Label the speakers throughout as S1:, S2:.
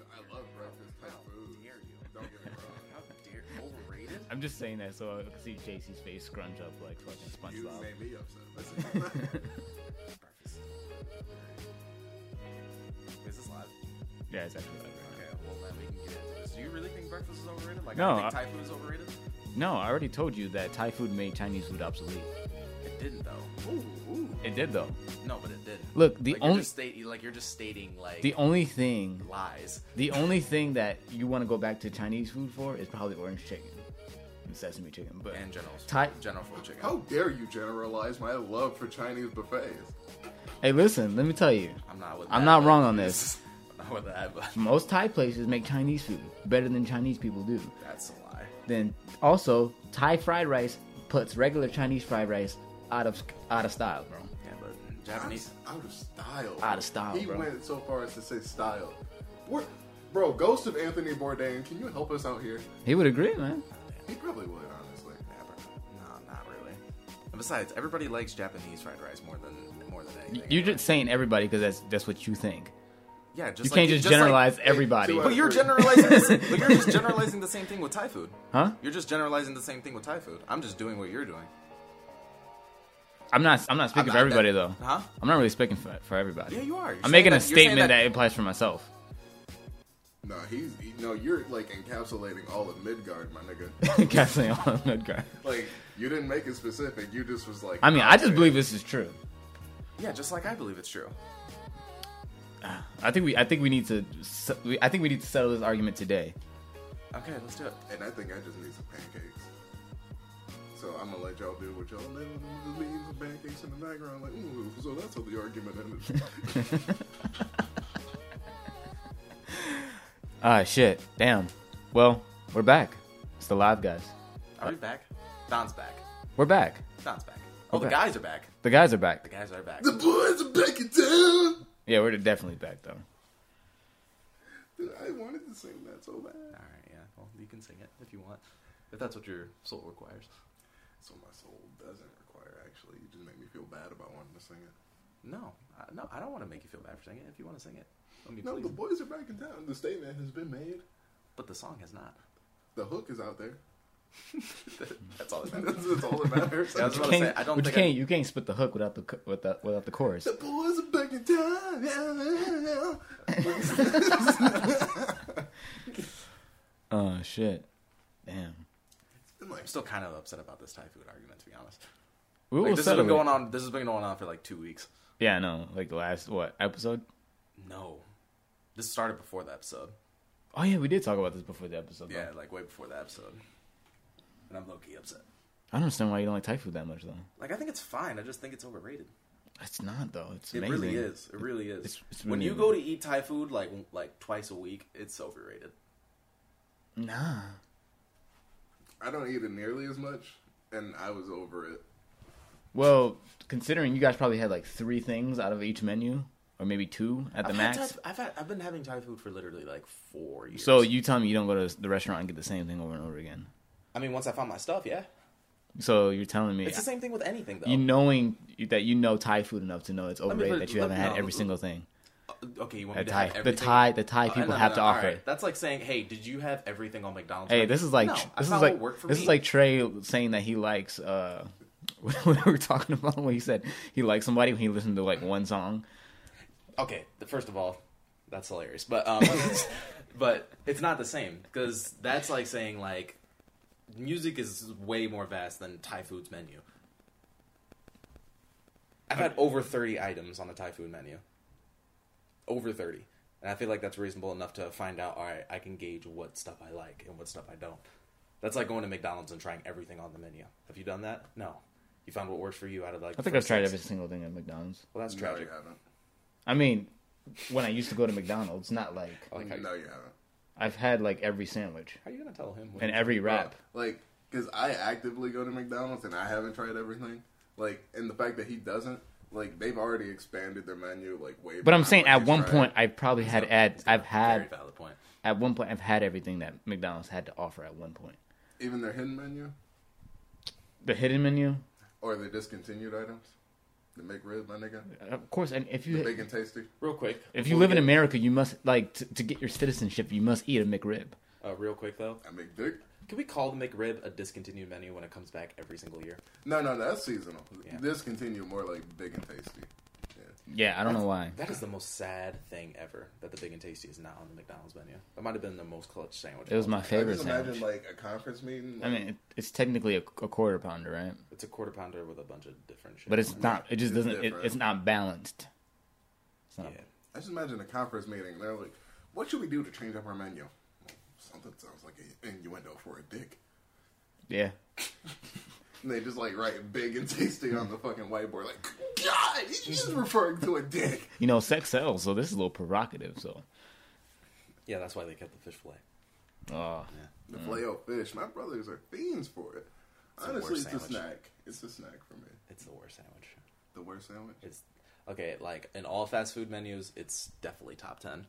S1: Oh,
S2: I'm just saying that so I can see JC's face scrunch up like fucking
S1: You
S2: SpongeBob.
S1: made me upset. Listen. Breakfast. Is this live?
S2: Yeah, it's actually like right
S1: Okay, well then we can get into this. Do you really think breakfast is overrated? Like
S2: No,
S1: I think
S2: I-
S1: Thai food is overrated?
S2: now. No, I already told you that Thai food made Chinese food obsolete.
S1: It didn't though. Ooh, ooh.
S2: It did though.
S1: No, but it didn't.
S2: Look, the
S1: like,
S2: only-
S1: you're just state, like you're just stating like
S2: The only thing,
S1: lies.
S2: the only thing that you want to go back to Chinese food for is probably orange chicken and sesame chicken. But
S1: And general
S2: Thai-
S1: general food chicken.
S3: How dare you generalize my love for Chinese buffets?
S2: hey, listen, let me tell you,
S1: I'm not with.
S2: I'm
S1: that,
S2: not
S1: but-
S2: wrong on this.
S1: I'm not with that, but
S2: most Thai places make Chinese food better than Chinese people do.
S1: that's a lie.
S2: Then also Thai fried rice puts regular Chinese fried rice out of out of style, bro.
S1: Yeah, but Japanese.
S3: Out of style.
S2: Out of style,
S3: He
S2: bro.
S3: went so far as to say style. What, bro? Ghost of Anthony Bourdain. Can you help us out here?
S2: He would agree, man.
S3: He probably would, honestly.
S1: Yeah, but- no, not really. And besides, everybody likes Japanese fried rice more than more than anything.
S2: You're just saying everybody because that's that's what you think.
S1: yeah, just
S2: You
S1: like-
S2: can't just,
S1: like-
S2: generalize
S3: hey,
S2: everybody.
S3: to
S1: but you're generalizing. this, but you're just generalizing the same thing with Thai food.
S2: Huh?
S1: You're just generalizing the same thing with Thai food. I'm just doing what you're doing.
S2: I'm not. I'm not speaking
S1: I'm
S2: for
S1: not-
S2: everybody
S1: that-
S2: though.
S1: Huh?
S2: I'm not really speaking for, for everybody.
S1: Yeah, you are. You're
S2: I'm
S1: saying
S2: making a
S1: that- you're saying
S2: statement that,
S1: that-
S2: applies for myself.
S3: No, he's he, no. You're like encapsulating all of Midgard, my nigga.
S2: Kathleen on Midgard.
S3: like you didn't make it specific. You just was like.
S2: I mean, I just
S3: okay.
S2: believe this is true.
S1: Yeah, just like I believe it's true.
S2: I think we. I think we need to. s- we- I think we need to settle this argument today.
S1: Okay, let's do it.
S3: And I think I just need some pancakes. So I'm gonna let y'all do what y'all do. and I'm just eating some pancakes in the background, like, ooh. So that's how the argument ended.
S2: Ah, shit. Damn. Well, we're back. It's the live guys.
S1: Are we back? Don's back.
S2: We're back.
S1: Don's back. Oh, the
S2: Okay.
S1: guys are back.
S2: The guys are
S1: The
S2: back.
S1: guys are back.
S3: the boys are back in town.
S2: Yeah, we're definitely back though.
S3: Dude, I wanted to sing that so bad.
S1: All right, yeah. Well, you can sing it if you want, if that's what your soul requires.
S3: So my soul doesn't require. Actually, you just make me feel bad about wanting to sing it.
S1: No, I, no, I don't want to make you feel bad for singing it. If you want to sing it, let me
S3: No,
S1: please.
S3: the boys are back in town. The statement has been made.
S1: but the song has not.
S3: The hook is out there.
S1: That's all that matters.
S3: that's, that's all that matters.
S1: Yeah, I was
S2: You
S1: about to say,
S2: can't,
S1: I don't
S2: but you
S1: think I-
S2: can't. You can't split the hook without the co- without without the chorus.
S3: The boys are back in town. Yeah, yeah, yeah.
S2: Oh shit. Damn.
S3: And
S1: I'm
S3: like,
S1: still kind of upset about this Thai food argument, to be honest.
S2: We
S1: Like,
S2: will
S1: this has
S2: settle
S1: been
S2: it.
S1: going on. This has been going on for like two weeks.
S2: Yeah, I know. Like the last what episode?
S1: No, this started before the episode.
S2: Oh yeah, we did talk about this before the episode. though.
S1: Yeah, like way before the episode. And I'm low key upset.
S2: I don't understand why you don't like Thai food that much though.
S1: Like I think it's fine. I just think it's overrated.
S2: It's not though. It's
S1: It
S2: amazing.
S1: really is. It really is.
S2: It's- it's
S1: when
S2: really
S1: you go to eat Thai food like like twice a week, it's overrated.
S2: Nah.
S3: I don't eat it nearly as much, and I was over it.
S2: Well, considering you guys probably had like three things out of each menu, or maybe two at the
S1: I've had
S2: max.
S1: Thai- I've had, I've been having Thai food for literally like four years.
S2: So you tell me you don't go to the restaurant and get the same thing over and over again.
S1: I mean, once I found my stuff, yeah.
S2: So you're telling me
S1: It's the same thing with anything though.
S2: you knowing that you know Thai food enough to know it's overrated
S1: put it-
S2: that you
S1: let-
S2: haven't had
S1: no,
S2: every
S1: l-
S2: single thing.
S1: Uh, okay, you want
S2: That
S1: me to
S2: Thai,
S1: have
S2: the
S1: everything?
S2: Thai, the Thai
S1: Uh,
S2: people
S1: no, no,
S2: have
S1: no,
S2: to
S1: all
S2: offer.
S1: right. That's like saying, "Hey, did you have everything on McDonald's?"
S2: Hey,
S1: menu?"
S2: this is like
S1: No, that's
S2: this
S1: not
S2: is
S1: what
S2: like
S1: worked for
S2: this
S1: me.
S2: is like Trey saying that he likes uh what we were talking about when he said he likes somebody when he listened to like one song.
S1: okay. th- First of all, that's hilarious, but um, but it's not the same because that's like saying like music is way more vast than Thai food's menu. I've had over thirty items on a Thai food menu. Over thirty, and I feel like that's reasonable enough to find out. All right, I can gauge what stuff I like and what stuff I don't. That's like going to McDonald's and trying everything on the menu. Have you done that? No. You found what works for you out of like.
S2: I think I've tried every single thing at McDonald's.
S1: Well, that's tragic.
S3: No, you
S2: I mean, when I used to go to McDonald's, not like
S1: I like how,
S3: haven't. No, you haven't.
S2: I've had like every sandwich
S1: how are you gonna tell him? what
S2: and
S1: he's
S2: every wrap.
S3: Like, because I actively go to McDonald's and I haven't tried everything. Like, and the fact that he doesn't, like, they've already expanded their menu, like, way
S2: But I'm
S3: beyond
S2: saying
S3: what
S2: at
S3: he's
S2: one
S3: tried.
S2: point I probably had ad, I've
S1: Very
S2: had
S1: valid point.
S2: at one point I've had everything that McDonald's had to offer at one point.
S3: Even their hidden menu
S2: The hidden menu,
S3: or their discontinued items. The McRib, my nigga.
S2: of course. And if you
S3: Big and tasty.
S1: Real quick,
S2: If you
S1: before
S2: live
S1: we
S2: in
S1: get-
S2: America, you must like t- to get your citizenship. You must eat a McRib.
S1: Uh, real quick though,
S3: I make dick.
S1: can we call the McRib a discontinued menu when it comes back every single year?
S3: No, no, no, that's seasonal.
S1: Yeah.
S3: This continue more like big and tasty. Yeah.
S2: Yeah, I don't know why.
S1: That is the most sad thing ever that the Big and Tasty is not on the McDonald's menu. That might have been the most clutch sandwich.
S2: It was my
S3: I
S2: favorite
S3: just imagine
S2: sandwich.
S3: like a conference meeting.
S2: I mean, it, it's technically a, a quarter pounder, right?
S1: It's a quarter pounder with a bunch of different shit.
S2: But it's not. It just
S3: It's
S2: doesn't. It,
S3: different.
S2: it's not balanced. It's
S1: yeah.
S2: not.
S3: I just imagine a conference meeting. They're like, "What should we do to change up our menu?" Something sounds like an innuendo for a dick.
S2: Yeah.
S3: And they just like write big and tasty on the fucking whiteboard, like, God, he's referring to a dick.
S2: You know, sex sells, so this is a little provocative. So,
S1: yeah, that's why they kept the fish fillet.
S2: uh,
S3: The flail fish. My brothers are fiends for it.
S1: Mm. the
S3: Honestly, it's
S1: worst
S3: a
S1: sandwich.
S3: snack. It's a snack for me.
S1: It's the worst sandwich.
S3: The worst sandwich.
S1: It's okay. Like in all fast food menus, it's definitely top ten.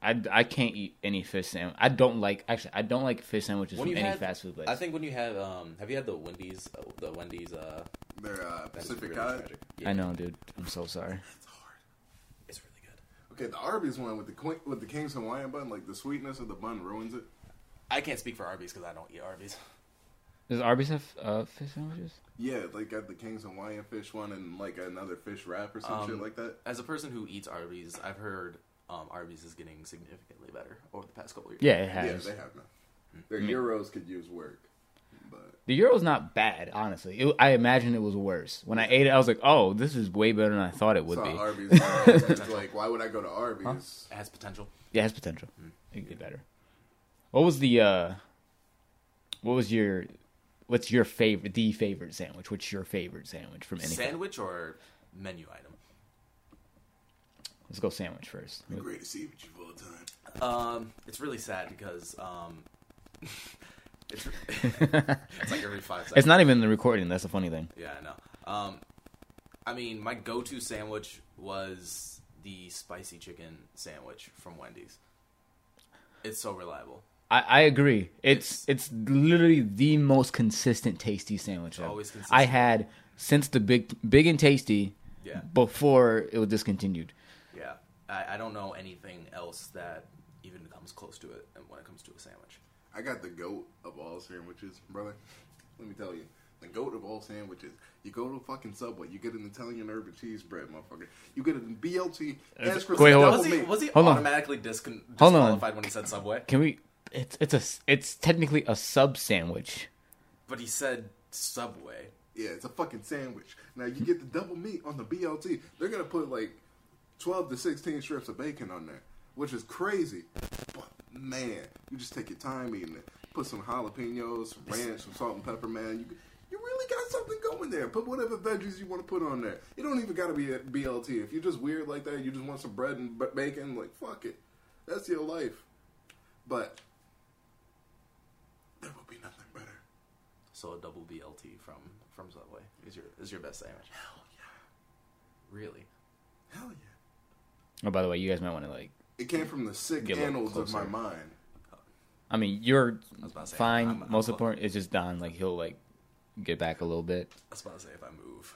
S2: I, I can't eat any fish sandwich. I don't like actually. I don't like fish sandwiches
S1: When you
S2: from any
S1: had-
S2: fast food place.
S1: I think when you had um, have you had the Wendy's? uh, The Wendy's uh,
S3: They're uh,
S1: that is
S3: Pacific
S1: really
S3: Cod.
S1: tragic.
S2: I know, dude. I'm so sorry.
S3: It's hard.
S1: it's really good.
S3: Okay, the Arby's one with the queen, with the King's Hawaiian bun, like the sweetness of the bun ruins it.
S1: I can't speak for Arby's because I don't eat Arby's.
S2: Does Arby's have uh, fish sandwiches?
S3: Yeah, like got the King's Hawaiian fish one and like another fish wrap or some
S1: Um,
S3: shit like that.
S1: As a person who eats Arby's, I've heard um, Arby's is getting significantly better over the past couple of years.
S2: Yeah, it
S3: Yeah,
S2: has.
S3: they have now. Their Euros could use work, but
S2: The Euro's not bad, honestly. It, I imagine it was worse. When I ate it, I was like, "Oh, this is way better than I thought it would
S3: saw
S2: be."
S3: Arby's. it's like, why would I go to Arby's?
S1: It has potential.
S2: Yeah, it has potential.
S1: Hmm.
S2: It could get better. What was the uh what was your what's your favorite the favorite sandwich? What's your favorite sandwich from any
S1: Sandwich or menu item?
S2: Let's go sandwich first.
S3: The greatest sandwich of all time.
S1: Um, it's really sad because um, it's, it's like every five seconds.
S2: It's not even in the recording, that's the funny thing.
S1: Yeah, I know. Um, I mean, my go-to sandwich was the spicy chicken sandwich from Wendy's. It's so reliable.
S2: I, I agree. It's it's literally the most consistent tasty sandwich I've-
S1: always
S2: I
S1: consistent.
S2: had since the big big and tasty
S1: Yeah.
S2: before it was discontinued.
S1: Yeah, I, I don't know anything else that even comes close to it when it comes to a sandwich.
S3: I got the goat of all sandwiches, brother. Let me tell you. The goat of all sandwiches. You go to fucking Subway, you get an Italian herb and cheese bread, motherfucker. You get a BLT. Ask for
S2: Wait,
S3: some
S2: hold on.
S3: double
S1: Was he
S3: meat.
S1: was he
S2: Hold on.
S1: automatically discon-
S2: Hold on.
S1: disqualified when he said Subway?
S2: Can we it's it's a s- it's technically a sub sandwich.
S1: But he said Subway.
S3: Yeah, it's a fucking sandwich. Now you get the double meat on the BLT. They're gonna put like twelve to sixteen strips of bacon on there, which is crazy. But man, you just take your time eating it. Put some jalapenos, some ranch, some salt and pepper, man. You you really got something going there. Put whatever veggies you want to put on there. It don't even gotta be a BLT. If you're just weird like that, you just want some bread and b- bacon. Like fuck it, that's your life. But there will be nothing better.
S1: So a double BLT from from Subway is your is your best sandwich.
S3: Hell yeah,
S1: Really?
S3: hell yeah.
S2: Oh by the way, you guys might want to like
S3: It came from the sick
S2: Get a little
S3: annals of my
S2: closer.
S3: mind.
S2: I mean, you're
S1: was about to say,
S2: fine.
S1: I'm- I'm
S2: Most
S1: close.
S2: important is just Don. Like he'll like get back a little bit.
S1: I was about to say if I move,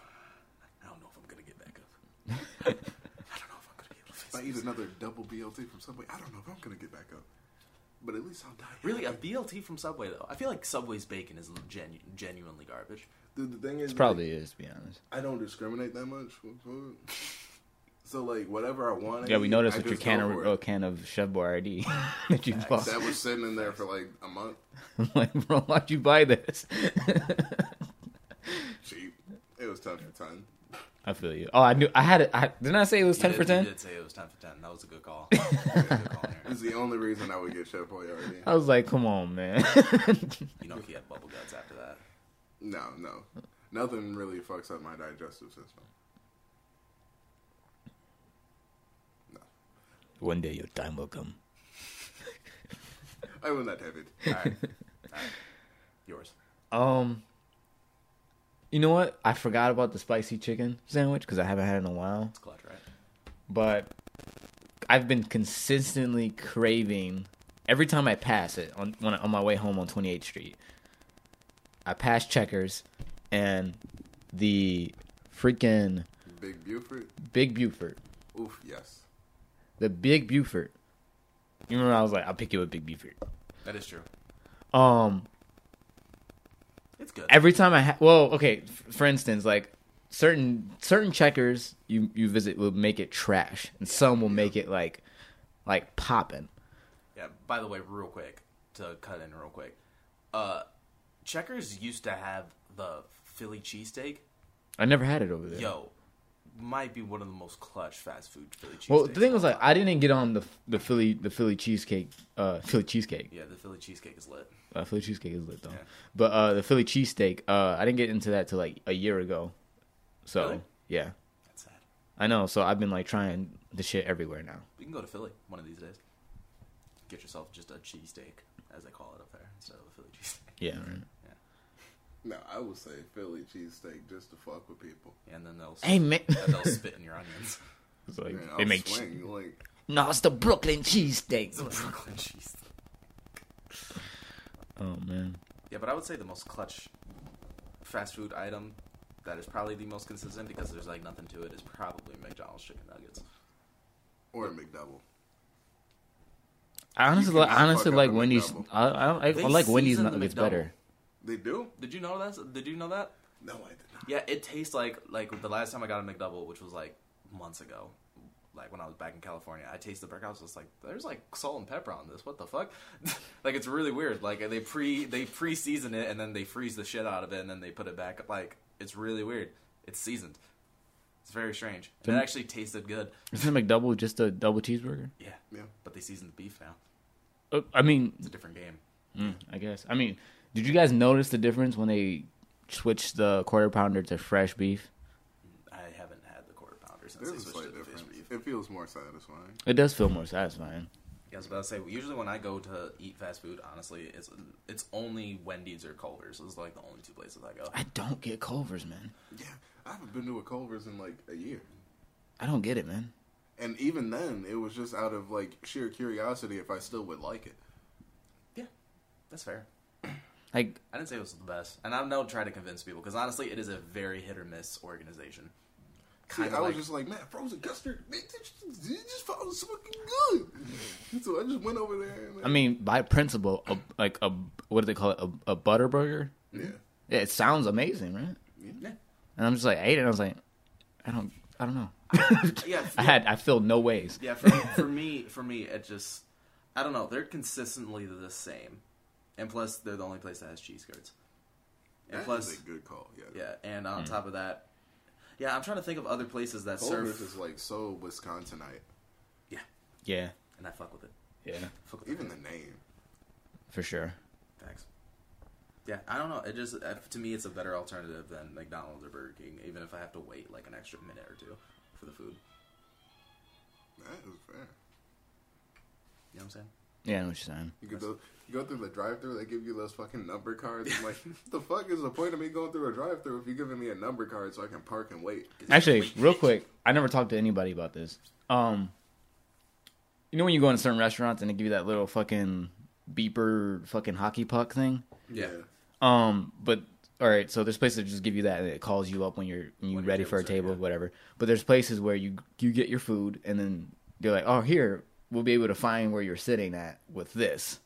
S1: I don't know if I'm gonna get back up. I don't know if I'm gonna be able to
S3: If I
S1: face
S3: eat
S1: this.
S3: another double BLT from Subway, I don't know if I'm gonna get back up. But at least I'll die.
S1: Really, a BLT from Subway though. I feel like Subway's bacon is genu- genuinely garbage.
S3: Dude, the thing is,
S2: It probably is, to be honest.
S3: like, I don't discriminate that much with food. So like whatever I want.
S2: Yeah, we noticed with
S3: that
S2: your can of
S3: of
S2: oh, can of Chef Boyardee that you bought.
S3: that was sitting in there for like a month,
S2: I'm like, bro, why'd you buy this?
S3: cheap. It was ten for ten.
S2: I feel you. Oh, I knew. I had it. I, didn't I say it was ten
S1: You
S2: for
S1: did- you
S2: ten?
S1: did say it was ten for ten. That was a good call. That was a good call there.
S3: It's the only reason I would get Chef Boyardee.
S2: I was like, come on, man.
S1: you know he had bubble guts after that.
S3: No, no, nothing really fucks up my digestive system.
S2: One day your time will come.
S3: I will not have it.
S1: All right, All right. yours.
S2: Um, you know what? I forgot about the spicy chicken sandwich because I haven't had it in a while.
S1: It's clutch, right?
S2: but I've been consistently craving every time I pass it on when I, on my way home on 28th Street. I pass Checkers and the freaking
S3: Big Buford.
S2: Big Buford.
S3: Oof, yes.
S2: The Big Buford. You remember I was like, I'll pick you a Big Buford.
S1: That is true.
S2: Um,
S1: It's good.
S2: every time I ha- well, okay, f- for instance, like certain certain checkers you you visit will make it trash, and some will make it like like popping.
S1: Yeah. By the way, real quick to cut in real quick, uh, Checkers used to have the Philly cheesesteak.
S2: I never had it over there.
S1: Yo, might be one of the most clutch fast food Philly cheesesteaks.
S2: well, the thing was
S1: of all
S2: like I didn't get on the the Philly the Philly cheesecake uh Philly cheesecake.
S1: time. yeah, the Philly cheesesteak is lit.
S2: Uh, Philly cheesecake is lit though. But uh, the Philly cheesesteak, uh, I didn't get into that till like a year ago. So
S1: Really?
S2: yeah,
S1: That's sad.
S2: I know. So I've been like trying the shit everywhere now.
S1: We can go to Philly one of these days. Get yourself just a cheesesteak, as they call it up there, instead of a Philly cheesesteak.
S2: Yeah. Right.
S3: No, I would say Philly cheesesteak just to fuck with people.
S1: And then they'll
S2: Hey man,
S1: and they'll spit in your onions.
S2: it's like
S3: Man,
S2: they
S3: I'll
S2: make che-
S3: swing. like,
S2: no, it's the Brooklyn cheesesteak.
S1: It's a Brooklyn cheese.
S2: Oh man,
S1: Yeah, but I would say the most clutch fast food item that is probably the most consistent because there's like nothing to it is probably McDonald's chicken nuggets.
S3: or a McDouble.
S2: I honestly,
S3: can
S2: like,
S3: just
S2: honestly
S3: fuck up
S2: like
S3: a
S2: Wendy's.
S3: McDouble.
S2: I I, I, I
S1: They
S2: like Wendy's
S1: season the
S2: nuggets
S1: McDouble.
S2: better.
S3: They do?
S1: Did you know that? Did you know that?
S3: No, I did not.
S1: Yeah, it tastes like like the last time I got a McDouble, which was like months ago, like when I was back in California. I tasted the burger. I was just like, "There's like salt and pepper on this. What the fuck?" like it's really weird. Like they pre they pre season it and then they freeze the shit out of it and then they put it back. Like it's really weird. It's seasoned. It's very strange. And it actually tasted good.
S2: Isn't a McDouble just a double cheeseburger?
S1: Yeah,
S3: Yeah.
S1: but they seasoned the beef now.
S2: Uh, I mean,
S1: It's a different game.
S2: mm, I guess. I mean, did you guys notice the difference when they switched the quarter pounder to fresh beef?
S1: I haven't had the quarter pounder since
S3: There's a
S1: they switched
S3: slight
S1: to the fish beef.
S3: difference. It feels more satisfying.
S2: It does feel more satisfying.
S1: Yeah, I was about to say. Usually, when I go to eat fast food, honestly, it's it's only Wendy's or Culver's. It's like the only two places I go.
S2: I don't get Culver's, man.
S3: Yeah, I haven't been to a Culver's in like a year.
S2: I don't get it, man.
S3: And even then, it was just out of like sheer curiosity if I still would like it.
S1: Yeah, that's fair.
S2: Like,
S1: I didn't say it was the best, and I'm not trying to convince people because honestly, it is a very hit or miss organization.
S3: See, I
S1: Kind
S3: was
S1: of like
S3: just like, man, frozen custard, man, it just, it just sounds fucking good. so I just went over there. And,
S2: I mean, by principle, a, like a what do they call it? A, a butter burger.
S3: yeah,
S2: Yeah, it sounds amazing, right?
S1: yeah,
S2: And I'm just like, I ate it. and I was like, I don't, I don't know.
S1: yeah.
S2: I had, I feel no ways.
S1: Yeah, for, for me, for me, it just I don't know. They're consistently the same, and plus, they're the only place that has cheese curds. And
S3: that
S1: plus,
S3: is a good call. Yeah,
S1: yeah, and
S2: Hmm.
S1: on top of that, yeah, I'm trying to think of other places that
S3: Culver's
S1: serve.
S3: is like so Wisconsinite.
S1: Yeah,
S2: Yeah,
S1: and I fuck with it.
S2: yeah,
S1: Fuck with
S3: Even
S1: it.
S3: the name.
S2: for sure.
S1: Thanks. Yeah, I don't know. It just uh, to me, it's a better alternative than McDonald's or Burger King, even if I have to wait like an extra minute or two for the food.
S3: That is fair.
S1: You know what I'm saying?
S2: Yeah, I know what you're saying.
S3: You, get those, you go through the drive-through, they give you those fucking number cards. I'm like, the fuck is the point of me going through a drive-through if you're giving me a number card so I can park and wait?
S2: Actually, real quick, I never talked to anybody about this. Um, you know when you go in certain restaurants and they give you that little fucking beeper, fucking hockey puck thing.
S1: Yeah.
S2: Um, but all right, so there's places that just give you that and it calls you up when you're when you're
S1: When your
S2: ready for a
S1: table's
S2: table,
S1: there, yeah.
S2: whatever. But there's places where you you get your food and then they're like, oh, here we'll be able to find where you're sitting at with this.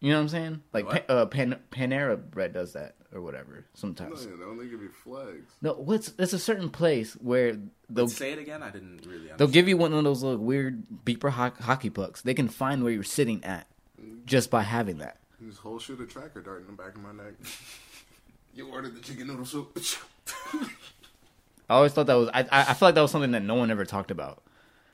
S2: You know what I'm saying? Like
S1: What?
S2: pa- uh, Pan- Panera Bread does that or whatever
S3: No,
S1: Oh,
S2: sometimes.
S3: they only give you flags.
S2: No, what's there's a certain place where they'll
S1: Say it again. I didn't really. Understand.
S2: they'll give you one of those little weird beeper ho- hockey pucks. They can find where you're sitting at just by having that.
S3: This whole shit a tracker dart in the back of my neck. you ordered the chicken noodle soup.
S2: I always thought that was I I, I feel like that was something that no one ever talked about.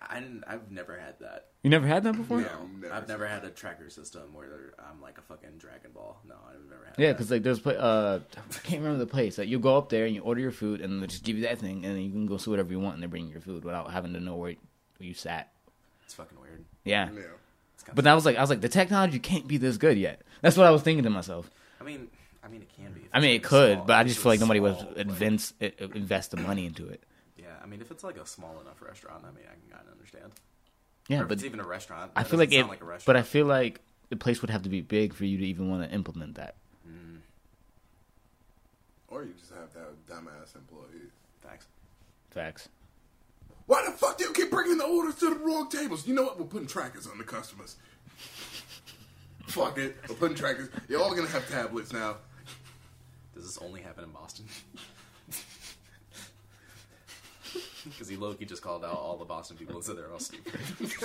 S1: I didn't, I've never had that.
S2: You never had that before?
S3: No.
S1: No,
S3: never
S1: I've
S3: seen
S1: never had a tracker system where they're- I'm like a fucking Dragon Ball. No, I've never had.
S2: Yeah,
S1: that.
S2: because like there's pla- uh I can't remember the place. Like you go up there and you order your food and they just give you that thing and then you can go see whatever you want and they bring you your food without having to know where you sat.
S1: it's fucking weird.
S2: Yeah.
S3: yeah.
S1: It's kind
S2: But that was like I was like the technology can't be this good yet. That's what I was thinking to myself.
S1: I mean, I mean, it can be. if
S2: I mean, it
S1: it's
S2: could,
S1: small-
S2: but I
S1: if
S2: just
S1: it's
S2: feel like nobody was
S1: small, like-
S2: invest it, invest the money into it.
S1: Yeah, I mean, if it's like a small enough restaurant, I mean, I can kind of understand.
S2: Yeah,
S1: Or if
S2: but
S1: it's even a restaurant.
S2: I
S1: that
S2: feel like
S1: doesn't
S2: it.
S1: sound like a restaurant.
S2: but I feel like the place would have to be big for you to even want to implement that.
S3: Or you just have to have dumbass employees.
S1: Thanks.
S2: Facts.
S3: Why the fuck do you keep bringing the orders to the wrong tables? You know what? We're putting trackers on the customers. Fuck it. We're putting trackers. You're all gonna have tablets now.
S1: Does this only happen in Boston? Because he Loki just called out all the Boston people and said they're all stupid.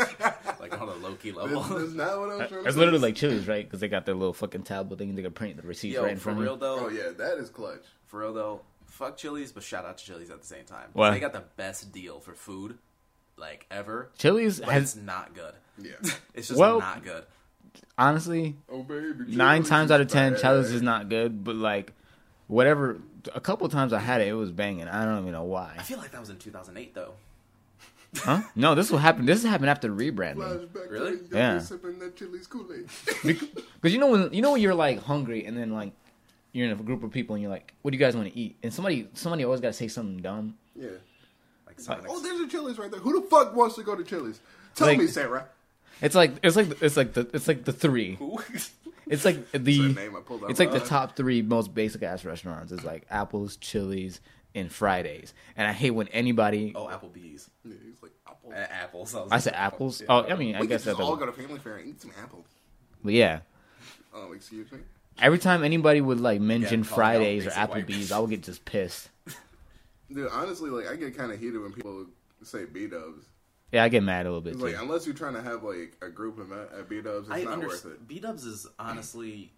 S1: like on a Loki level.
S3: This, this is not what I was trying to
S2: That's
S3: say.
S2: literally like Chili's, right? Because they got their little fucking tablet thing. They can print the receipts
S1: Yo,
S2: right in
S1: for
S2: front of
S1: real
S2: you.
S1: though,
S3: Oh yeah, that is clutch.
S1: for real though, fuck Chili's, but shout out to Chili's at the same time. 'Cause
S2: Why?
S1: They got the best deal for food, like ever.
S2: Chili's
S1: But it's
S2: has
S1: not good.
S3: Yeah.
S1: It's just
S2: Well-
S1: not good.
S2: honestly
S3: Oh baby.
S2: nine
S3: Chili's
S2: times
S3: is
S2: out of ten,
S3: bad.
S2: Chili's is not good. But like, whatever. A couple times I had it, it was banging. I don't even know why.
S1: I feel like that was in 2008 though.
S2: Huh? No, this will happen. This happened after rebranding.
S3: Flashback to
S1: Really?
S3: when you
S2: Yeah.
S3: were Sipping that Chili's Kool-Aid.
S2: Because you know when you know when you're like hungry and then like you're in a group of people and you're like, what do you guys want to eat? And somebody somebody always got to say something dumb.
S3: yeah.
S1: Like, something
S3: Oh,
S1: like-
S3: there's a Chili's right there. Who the fuck wants to go to Chili's? Tell
S2: Like-
S3: me, Sarah.
S2: It's like it's like it's like the it's like the three.
S3: Oh,
S2: It's like the
S3: name I pulled out
S2: it's like
S3: my
S2: the
S3: eye.
S2: top three most basic ass restaurants. It's like Apple's, Chili's, and Fridays. And I hate when anybody.
S1: oh, Applebee's.
S3: Yeah, he's like apple.
S1: A- Apples. was
S2: I
S1: like,
S2: said
S1: fuck
S2: apples.
S1: yeah.
S2: Oh, I mean, I
S3: we
S2: guess
S3: could
S2: that
S3: just all
S2: doesn't.
S3: go to Family Fair and eat some apple.
S2: But yeah,
S3: Oh, excuse me.
S2: Every time anybody would like mention
S1: Yeah, call it out,
S2: Fridays or
S1: basic white
S2: Applebee's,
S1: bitch.
S2: I would get just pissed.
S3: Dude, honestly, like I get kind of heated when people say B Dubs.
S2: Yeah, I get mad a little bit.
S3: It's
S2: Too.
S3: like unless you're trying to have like a group event at B Dubs, it's
S1: I
S3: not
S1: understand.
S3: worth
S1: B Dubs is honestly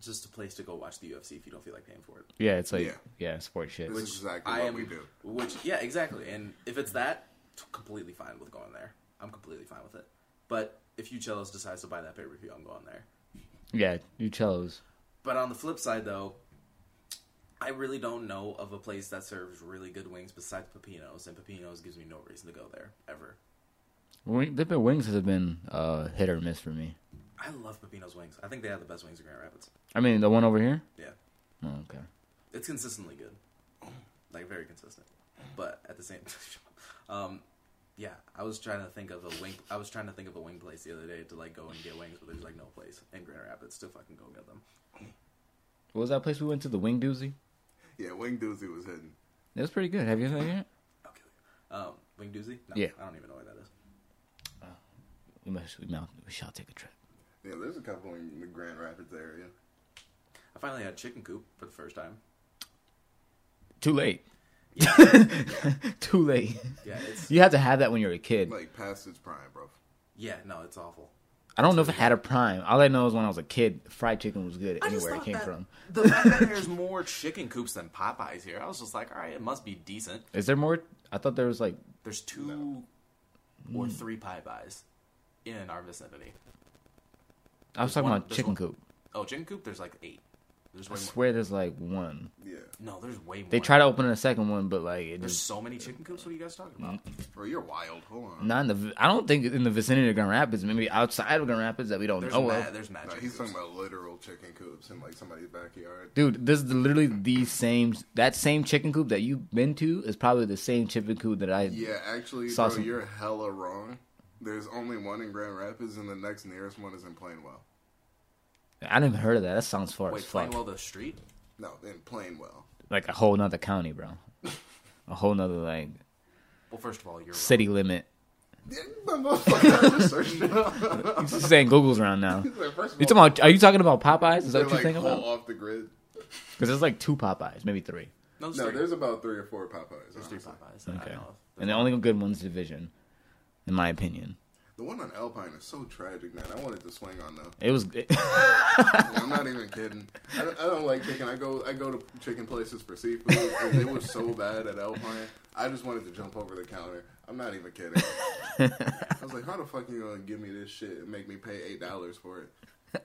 S1: just a place to go watch the UFC if you don't feel like paying for it.
S2: yeah, it's like yeah,
S3: Yeah.
S2: sports shit.
S3: it. This is exactly
S1: I
S3: what
S1: am,
S3: we do.
S1: Which, yeah, exactly. And if it's that, t- completely fine with going there. I'm completely fine with it. But if Uchellos decides to buy that pay per view, I'm going there.
S2: Yeah, you chose.
S1: But on the flip side, though, I really don't know of a place that serves really good wings besides Pepino's, and Pepino's gives me no reason to go there ever.
S2: Wing- Their their wings have been uh, hit or miss for me.
S1: I love Pepino's wings. I think they have the best wings in Grand Rapids.
S2: I mean, the one over here.
S1: Yeah.
S2: Oh, okay.
S1: it's consistently good, like very consistent. But at the same, um, yeah, I was trying to think of a wing. I was trying to think of a wing place the other day to like go and get wings, but there's like no place in Grand Rapids to fucking go get them.
S2: What was that place we went to? The Wing Doozy.
S3: Yeah, Wing Doozy was hidden.
S2: It was pretty good. Have you had it?
S1: Okay, um, Wing Doozy? No,
S2: Yeah.
S1: I don't even know where that is.
S2: We must. We, mount, we shall take a trip.
S3: Yeah, there's a couple in the Grand Rapids area.
S1: I finally had chicken coop for the first time.
S2: Too late. Too late.
S1: Yeah, it's
S2: You have to have that when you're a kid.
S3: Like past its prime, bro.
S1: yeah, no, it's awful.
S2: I don't know if it had a prime. All I know is when I was a kid, fried chicken was good
S1: I just
S2: anywhere it
S1: thought
S2: came
S1: that-
S2: from.
S1: The fact that there's more chicken coops than Popeyes here, I was just like, all right, it must be decent.
S2: Is there more? I thought there was like
S1: There's two or three Popeyes in our vicinity.
S2: I was talking
S1: one-
S2: about
S1: there's
S2: chicken
S1: one-
S2: coop.
S1: Oh, chicken coop. There's like eight. There's
S2: I
S1: way more.
S2: swear there's like one.
S3: Yeah,
S1: No, there's way more.
S2: They try to open a second one, but like it
S1: There's
S2: just
S1: so many chicken coops. What are you guys talking about?
S2: Mm,
S3: bro, you're wild. Hold on.
S2: not in the. vi- I don't think in the vicinity of Grand Rapids. Maybe outside of Grand Rapids that we don't
S1: There's
S2: know
S1: mad.
S2: of.
S1: There's mad.
S3: No,
S1: chicken
S3: he's talking
S1: coops.
S3: about literal chicken coops in like somebody's backyard.
S2: Dude, this is literally the same. That same chicken coop that you've been to is probably the same chicken coop that I.
S3: Yeah, actually,
S2: Saw
S3: bro,
S2: some-
S3: you're hella wrong. There's only one in Grand Rapids, and the next nearest one is in Plainwell.
S2: I never heard of that. That sounds far as
S1: Wait,
S2: fuck.
S1: Plainwell the street.
S3: No, in Plainwell.
S2: Like a whole nother county, bro. a whole nother like
S1: Well, first of all, you're wrong.
S2: city limit.
S3: Yeah, motherfucker, I just searched it up.
S2: He's just saying Google's around now. You
S3: It's like, first of
S2: talking
S3: all,
S2: about? Are you talking about Popeyes? Is that
S3: they're
S2: what you're
S3: like oh.
S2: thinking
S3: whole
S2: about?
S3: off the grid.
S2: Because there's like two Popeyes, maybe three,
S1: No,
S3: No,
S1: three.
S3: there's about three or four Popeyes.
S1: There's three
S3: honestly.
S1: Popeyes. That
S2: Okay.
S1: I know of.
S2: and the only good one's Division, in my opinion.
S3: The one on Alpine is so tragic, man. I wanted to swing on though.
S2: It was.
S3: I'm not even kidding. I don't, I don't like chicken. I go I go to chicken places for seafood, and it was so bad at Alpine. I just wanted to jump over the counter. I'm not even kidding. I was like, how the fuck you gonna give me this shit and make me pay eight dollars for it?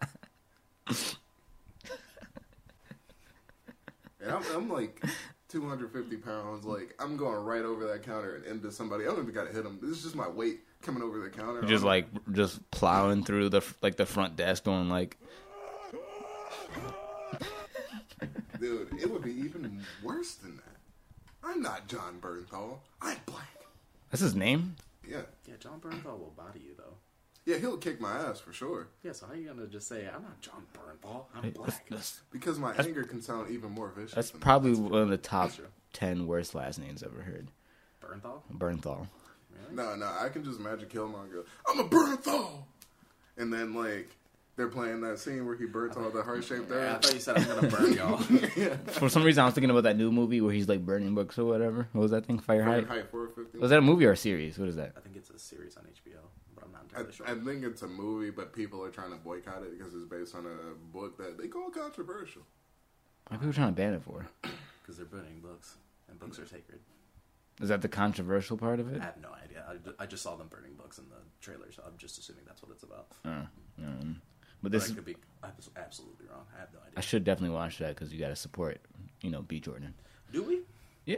S3: And I'm, I'm like 250 pounds. Like I'm going right over that counter and into somebody. I don't even gotta hit them. This is just my weight coming over the counter.
S2: just like just plowing through the like the front desk going like
S3: Dude, it would be even worse than that. I'm not John Bernthal. I'm black.
S2: that's his name
S3: Yeah.
S1: Yeah, John Bernthal will body you though.
S3: Yeah, he'll kick my ass for sure.
S1: Yeah, so how are you gonna just say I'm not John Bernthal? I'm black.
S2: that's,
S3: Because my anger can sound even more vicious.
S2: that's
S3: than
S2: probably one of the top
S1: Sure.
S2: 10 worst last names i've ever heard
S1: Bernthal.
S2: bernthal
S3: No, no, I can just magic Killmonger. I'm a Bernthal! And then, like, They're playing that scene where he burns all the heart shaped
S1: Yeah, I
S3: earth.
S1: thought you said I'm gonna burn y'all.
S3: Yeah.
S2: For some reason, I was thinking about that new movie where he's like burning books or whatever. What was that thing? Fire Height.
S3: Fahrenheit 450.
S2: Was that a movie or a series? What is that?
S1: I think it's a series on HBO, but I'm not
S3: I,
S1: entirely sure.
S3: I think it's a movie, but people are trying to boycott it because it's based on a book that they call controversial.
S2: What are people trying to ban it for?
S1: Because they're burning books, and books are sacred.
S2: Is that the controversial part of it?
S1: I have no idea. I, ju- I just saw them burning books in the trailer, so I'm just assuming that's what it's about.
S2: Uh, um,
S1: But
S2: but this,
S1: I could be abs- absolutely wrong. I have no
S2: I
S1: idea.
S2: should definitely watch that because you got to support, you know, B Jordan.
S1: Do we?
S2: Yeah,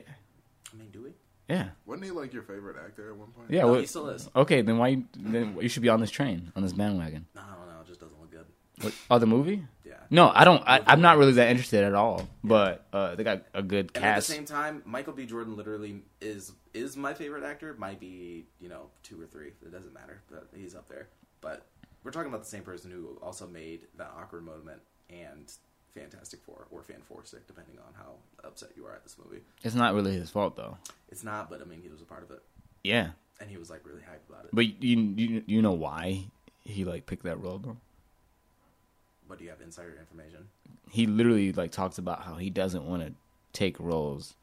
S1: I mean, do we?
S2: yeah,
S3: Wasn't he like your favorite actor at one point?
S2: yeah.
S1: No,
S2: what-
S1: he still is.
S2: Okay, then why? You, then you should be on this train, on this bandwagon.
S1: No, I don't know. It just doesn't look good.
S2: What, oh, the movie?
S1: Yeah.
S2: No, I don't. I, I'm not really that interested at all. But uh, they got a good
S1: And at the
S2: cast.
S1: same time, Michael B. Jordan literally is is my favorite actor. Might be you know two or three. It doesn't matter, but he's up there. But we're talking about the same person who also made that awkward moment and Fantastic Four or Fan Four Sick, depending on how upset you are at this movie.
S2: It's not really his fault though.
S1: It's not, but I mean, he was a part of it,
S2: Yeah,
S1: and he was like really hyped about it.
S2: but you you you know why he like picked that role though?
S1: But do you have insider information?
S2: He literally like talks about how he doesn't want to take roles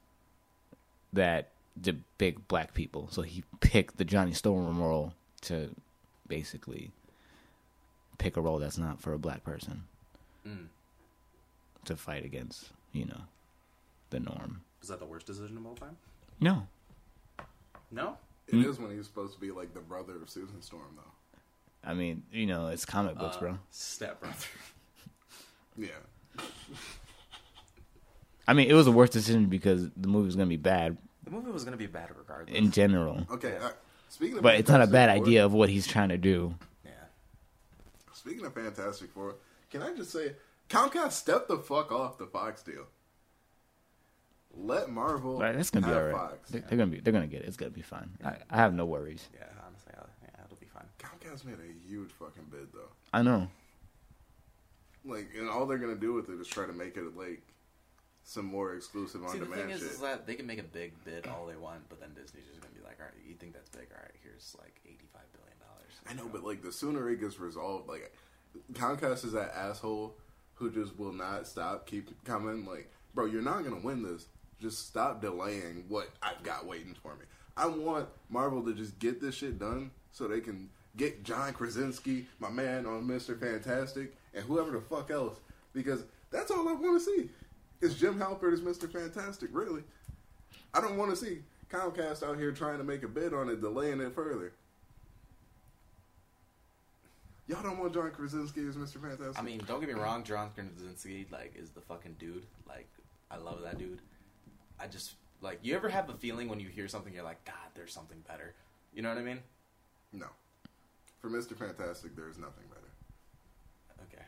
S2: that depict black people, so he picked the Johnny Storm role to basically pick a role that's not for a black person
S1: Mm.
S2: to fight against, you know, the norm.
S1: Was that the worst decision of all time?
S2: No,
S1: No.
S3: It
S2: Hmm?
S3: is when he's supposed to be like the brother of Susan Storm, though.
S2: I mean, you know, it's comic books,
S1: Uh,
S2: bro.
S1: Step brother.
S3: Yeah.
S2: I mean, it was the worst decision because the movie was gonna be bad
S1: the movie was gonna be bad regardless.
S2: in general.
S3: Okay. Uh, speaking of
S2: But it's not a
S3: Fantastic
S2: bad
S3: Four-
S2: idea of what he's trying to do.
S1: yeah.
S3: Speaking of Fantastic Four, can I just say Comcast stepped the fuck off the Fox deal. Let Marvel
S2: Like, that's gonna be
S3: have
S2: all right.
S3: Fox.
S2: They, they're gonna be. They're gonna get it. It's gonna be fine. I, I have no worries.
S1: Yeah. Honestly, I'll, yeah, it'll be fine.
S3: Comcast made a huge fucking bid though.
S2: I know.
S3: Like, and all they're gonna do with it is try to make it like some more exclusive
S1: See,
S3: on
S1: the thing
S3: demand
S1: is,
S3: shit.
S1: is that they can make a big bid all they want, but then Disney's just gonna be like, "All right, you think that's big? All right, here's like eighty-five billion dollars."
S3: I know, but like the sooner it gets resolved, like Comcast is that asshole who just will not stop keep coming. Like, bro, you're not gonna win this. Just stop delaying what I've got waiting for me. I want Marvel to just get this shit done so they can get John Krasinski, my man on Mister Fantastic, and whoever the fuck else, because that's all I want to see. Is Jim Halpert as Mister Fantastic really? I don't want to see Comcast out here trying to make a bid on it, delaying it further. Y'all don't want John Krasinski as Mr. Fantastic.
S1: I mean, don't get me wrong, John Krasinski like is the fucking dude. Like, I love that dude. I just like you ever have a feeling when you hear something, you're like, "God, there's something better." You know what I mean?
S3: no. For Mr. Fantastic, there is nothing better.
S1: Okay.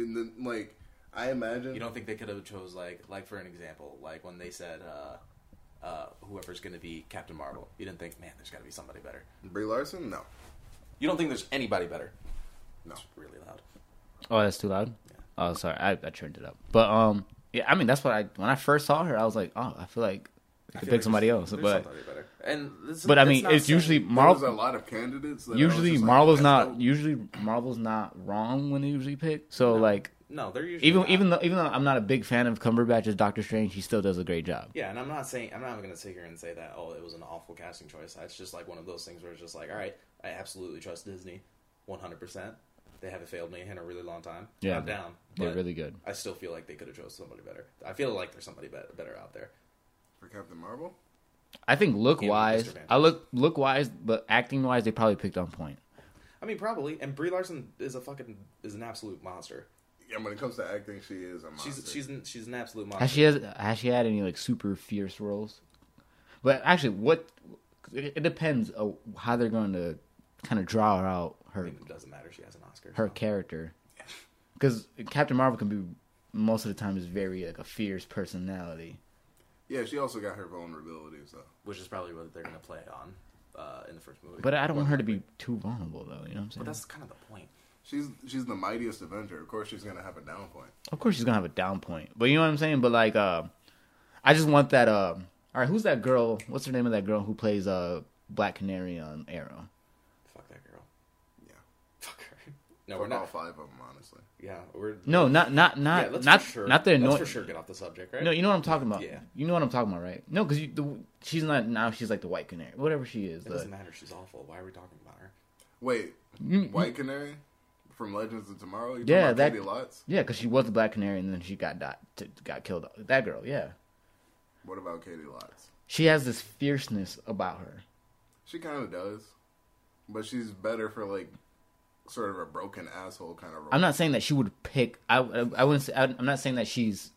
S3: And then, like, I imagine.
S1: You don't think they could have chose like like for an example, like when they said uh, uh, whoever's going to be Captain Marvel, you didn't think, man, there's got to be somebody better.
S3: Brie Larson? No.
S1: You don't think there's anybody better.
S3: No.
S1: It's really loud.
S2: Oh, that's too loud.
S1: Yeah.
S2: Oh, sorry. I, I turned it up. But um, yeah. I mean, that's what I when I first saw her, I was like, oh, I feel like I
S1: I feel
S2: could pick
S1: like
S2: somebody
S1: there's-
S2: else.
S1: there's
S2: But
S1: somebody better. and this,
S2: but I
S1: that's
S2: mean,
S1: not
S2: it's
S1: saying-
S2: usually
S3: There was a
S2: Marvel.
S3: lot of candidates. That I was
S2: Usually,
S3: just like,
S2: Marvel's
S3: that's
S2: not.
S3: dope.
S2: Usually, Marvel's not wrong when they usually pick. So like,
S1: no. They're usually
S2: even
S1: not.
S2: even though even though I'm not a big fan of Cumberbatch as Doctor Strange, he still does a great job.
S1: yeah. And I'm not saying I'm not going to sit here and say that oh it was an awful casting choice. It's just like one of those things where it's just like all right, I absolutely trust Disney, 100. percent They haven't failed me in a really long time.
S2: Yeah,
S1: I'm
S2: they-
S1: down.
S2: They're
S1: but
S2: really good.
S1: I still feel like they could have chose somebody better. I feel like there's somebody better, better out there.
S3: For Captain Marvel?
S2: I think look wise,
S1: Mr. Fantastic.
S2: I look look wise, but acting wise, they probably picked on point.
S1: I mean, probably. And Brie Larson is a fucking is an absolute monster.
S3: Yeah, when it comes to acting, she is a monster.
S1: She's she's an, she's an absolute monster.
S2: Has she has, has she had any like super fierce roles? But actually, what it, it depends uh, how they're going to kind of draw her out
S1: I
S2: her
S1: mean, it doesn't matter. She has an Oscar.
S2: her
S1: so.
S2: character because Captain Marvel can be most of the time is very like a fierce personality.
S3: Yeah, she also got her vulnerabilities, though.
S1: which is probably what they're going to play on uh, in the first movie.
S2: But I don't want her to be too vulnerable though. You
S1: But
S2: know what I'm saying?
S1: that's kind of the point.
S3: She's she's the mightiest Avenger. Of course, she's going to have a down point.
S2: Of course, she's gonna have a down point. But you know what I'm saying? But like, uh, I just want that. Uh, all right, who's that girl? What's her name of that girl who plays uh Black Canary on Arrow?
S1: Fuck that girl.
S3: Yeah.
S1: Fuck her. No,
S3: Fuck
S1: we're not.
S3: all five of them, honestly.
S1: Yeah, we're
S2: No, not not
S1: Yeah,
S2: not
S1: let's
S2: not
S1: for sure.
S2: not the
S1: let's
S2: annoying.
S1: for sure get off the subject, right?
S2: No, you know what I'm talking about.
S1: Yeah.
S2: You know what I'm talking about, right? No, because she's not now. She's like the white canary, whatever she is.
S1: it
S2: the-
S1: doesn't matter. She's awful. Why are we talking about her?
S3: Wait, White Canary from Legends of Tomorrow? You
S2: Mm-hmm. Yeah,
S3: yeah,
S2: that-
S3: that. Katie Lotz?
S2: yeah, because she was the black canary, and then she got dot, t- got killed. That girl, yeah.
S3: What about Katie Lotz?
S2: She has this fierceness about her.
S3: She kind of does, but she's better for like sort of a broken asshole kind of role.
S2: I'm not saying that she would pick. I I wouldn't. Say, I, I'm not saying that she's.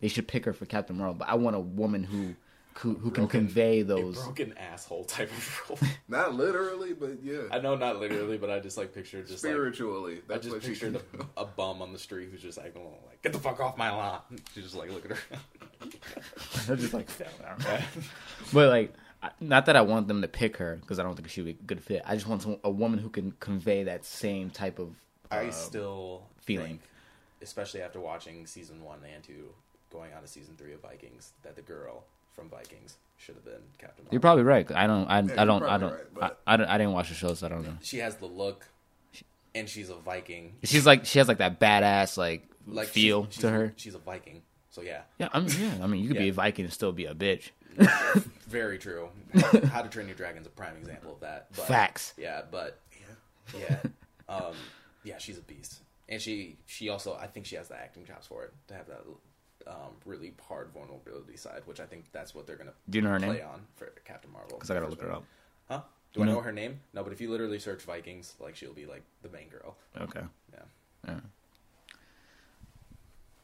S2: They should pick her for Captain Marvel, but I want a woman who who, who can convey
S1: A
S2: those.
S1: broken asshole type of role.
S3: Not literally, but yeah,
S1: I know, not literally, but I just like pictured just like
S3: spiritually.
S1: I
S3: that's
S1: just
S3: what she
S1: pictured
S3: can.
S1: a, a bum on the street who's just like, oh, like get the fuck off my lawn. She's just like looking around.
S2: I'm just like, I don't know. but like, I- not that I want them to pick her because I don't think she would be a good fit. I just want some, a woman who can convey that same type of.
S1: I
S2: uh,
S1: still
S2: feeling.
S1: think, especially after watching season one and two, going on to season three of Vikings, that the girl from Vikings should have been Captain
S2: You're
S1: Marvel.
S2: probably right. I don't. I, I
S3: you're
S2: don't. I
S3: probably
S2: don't.
S3: right, but-
S2: I, I don't. I didn't watch the show, so I don't know.
S1: She has the look, and she's a Viking.
S2: She's like she has like that badass like,
S1: Like she's-
S2: feel
S1: she's,
S2: to her.
S1: She's a Viking, so yeah,
S2: Yeah, I mean, yeah. I mean, you could be
S1: Yeah.
S2: a Viking and still be a bitch.
S1: very true. How to Train Your Dragon's a prime example of that. But,
S2: Facts.
S1: Yeah, but yeah, um, yeah, she's a beast, and she she also I think she has the acting chops for it to have that um, really hard vulnerability side, which I think that's what they're gonna
S2: Do you know her
S1: play
S2: name?
S1: on for Captain Marvel.
S2: Because I gotta look her up.
S1: Huh? Do I
S2: No.
S1: know her name? No, but if you literally search Vikings, like she'll be like the main girl.
S2: Okay.
S1: Yeah,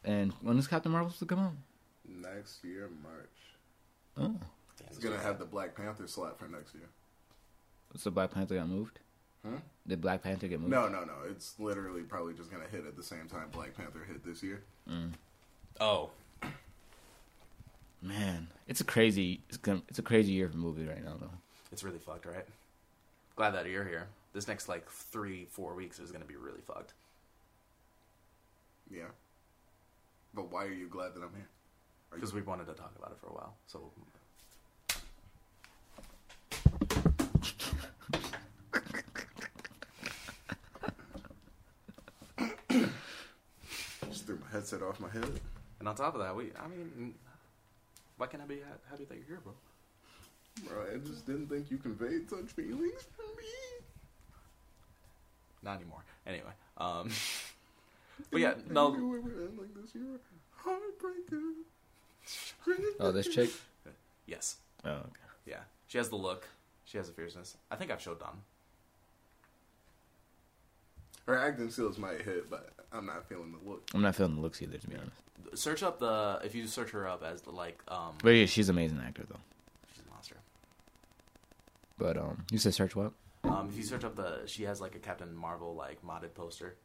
S2: And when is Captain Marvel supposed to come out?
S3: Next year, March.
S2: Oh,
S3: It's gonna have the Black Panther slot for next year.
S2: so Black Panther got moved.
S3: Huh?
S2: Did Black Panther get moved?
S3: No, no, no. It's literally probably just gonna hit at the same time Black Panther hit this year.
S1: Oh,
S2: Man, it's a crazy. It's, gonna, it's a crazy year for movies right now, though.
S1: it's really fucked, right? Glad that you're here. This next like three, four weeks is gonna be really fucked.
S3: Yeah. But why are you glad that I'm here?
S1: because we wanted to talk about it for a while. So
S3: Just threw my headset off my head.
S1: and on top of that, we I mean, why can't I be ha- happy that you're here, bro?
S3: Bro, I just didn't think you conveyed such feelings for me.
S1: Not anymore. Anyway, um, but yeah, no,
S3: You would end like this. You were heartbreaker.
S2: Oh, this chick.
S1: yes,
S2: Oh, okay.
S1: yeah, she has the look, she has the fierceness. I think I've showed Don.
S3: Her acting skills might hit, but I'm not feeling the look.
S2: I'm not feeling the looks either, to be honest.
S1: Search up the if you search her up as the like um,
S2: But yeah, she's an amazing actor, though.
S1: she's a monster.
S2: But um, you said search what?
S1: Um, if you search up the she has like a Captain Marvel like modded poster.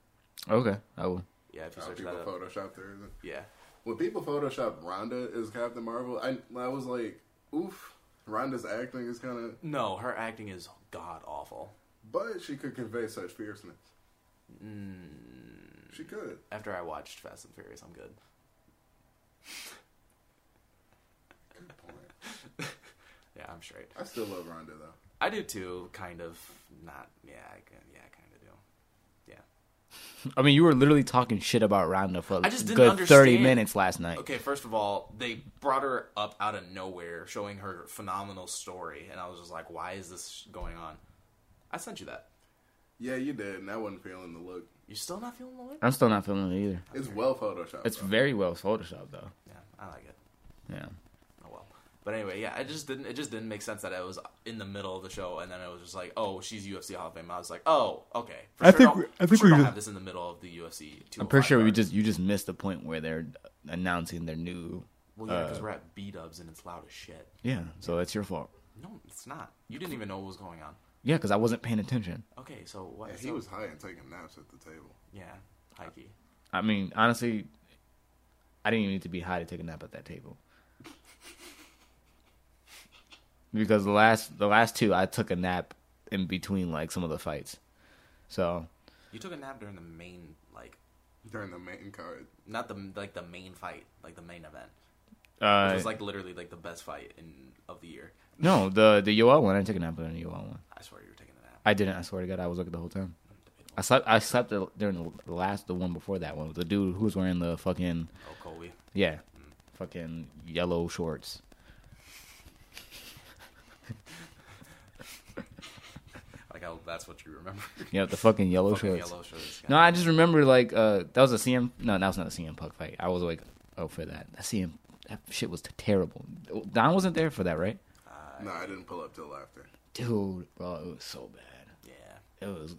S2: Okay, I will.
S1: Yeah, if you
S3: How
S1: search
S3: Oh, people
S1: that up,
S3: Photoshop there. isn't-
S1: yeah.
S3: When people Photoshop Rhonda as Captain Marvel, I, I was like, oof. Rhonda's acting is kind of,
S1: No, her acting is god awful.
S3: but she could convey such fierceness.
S1: Hmm.
S3: She could.
S1: Mm, After I watched Fast and Furious, I'm good.
S3: Good point.
S1: Yeah, I'm straight.
S3: I still love Rhonda though.
S1: I do too, kind of. Not, yeah, I, can- yeah, I kind of do. Yeah.
S2: I mean, you were literally talking shit about Rhonda for
S1: I just
S2: a
S1: didn't
S2: good thirty
S1: understand.
S2: minutes last night.
S1: Okay, first of all, they brought her up out of nowhere, showing her phenomenal story, and I was just like, why is this going on? I sent you that.
S3: Yeah, you did, and I wasn't feeling the look.
S1: You still not feeling the way?
S2: I'm still not feeling it either.
S3: It's well photoshopped.
S2: It's
S3: though.
S2: very well photoshopped, though.
S1: Yeah, I like it.
S2: Yeah.
S1: Oh well. But anyway, yeah, I just didn't. It just didn't make sense that I was in the middle of the show, and then it was just like, "Oh, she's UFC Hall of Fame." I was like, "Oh, okay." For
S2: I
S1: sure
S2: think
S1: don't-
S2: we- I
S1: for
S2: think
S1: sure
S2: we
S1: don't
S2: just-
S1: have this in the middle of the UFC.
S2: I'm pretty sure we
S1: card.
S2: just you just missed the point where they're announcing their new.
S1: Well, yeah,
S2: uh,
S1: because we're at B Dubs and it's loud as shit.
S2: Yeah, so it's your fault.
S1: No, it's not. You didn't even know what was going on.
S2: Yeah, because I wasn't paying attention.
S1: Okay, so what?
S3: Yeah,
S1: so-
S3: he was high and taking naps at the table.
S1: yeah, Heike.
S2: I mean, honestly, I didn't even need to be high to take a nap at that table. because the last the last two, I took a nap in between like some of the fights. So
S1: You took a nap during the main, like,
S3: During the main card.
S1: not the like the main fight, like the main event. It
S2: uh,
S1: was like literally like the best fight in of the year.
S2: no, the the Yoel one, I didn't take a nap on the Yoel one.
S1: I swear you were taking a nap.
S2: I didn't. I swear to God, I was looking the whole time. I slept. I slept the- during the last the one before that one. The dude who was wearing the fucking
S1: Oh, Colby.
S2: yeah, fucking yellow shorts.
S1: Like how that's what you remember.
S2: Yeah, the fucking yellow
S1: Fucking
S2: shorts.
S1: yellow shorts.
S2: No, I just remember like uh that was a CM. No, that was not a CM Punk fight. I was like, oh, for that. That CM. That shit was terrible. Don wasn't there for that, right?
S1: Uh,
S3: No, I didn't pull up till after.
S2: Dude, bro, it was so bad.
S1: Yeah.
S2: It was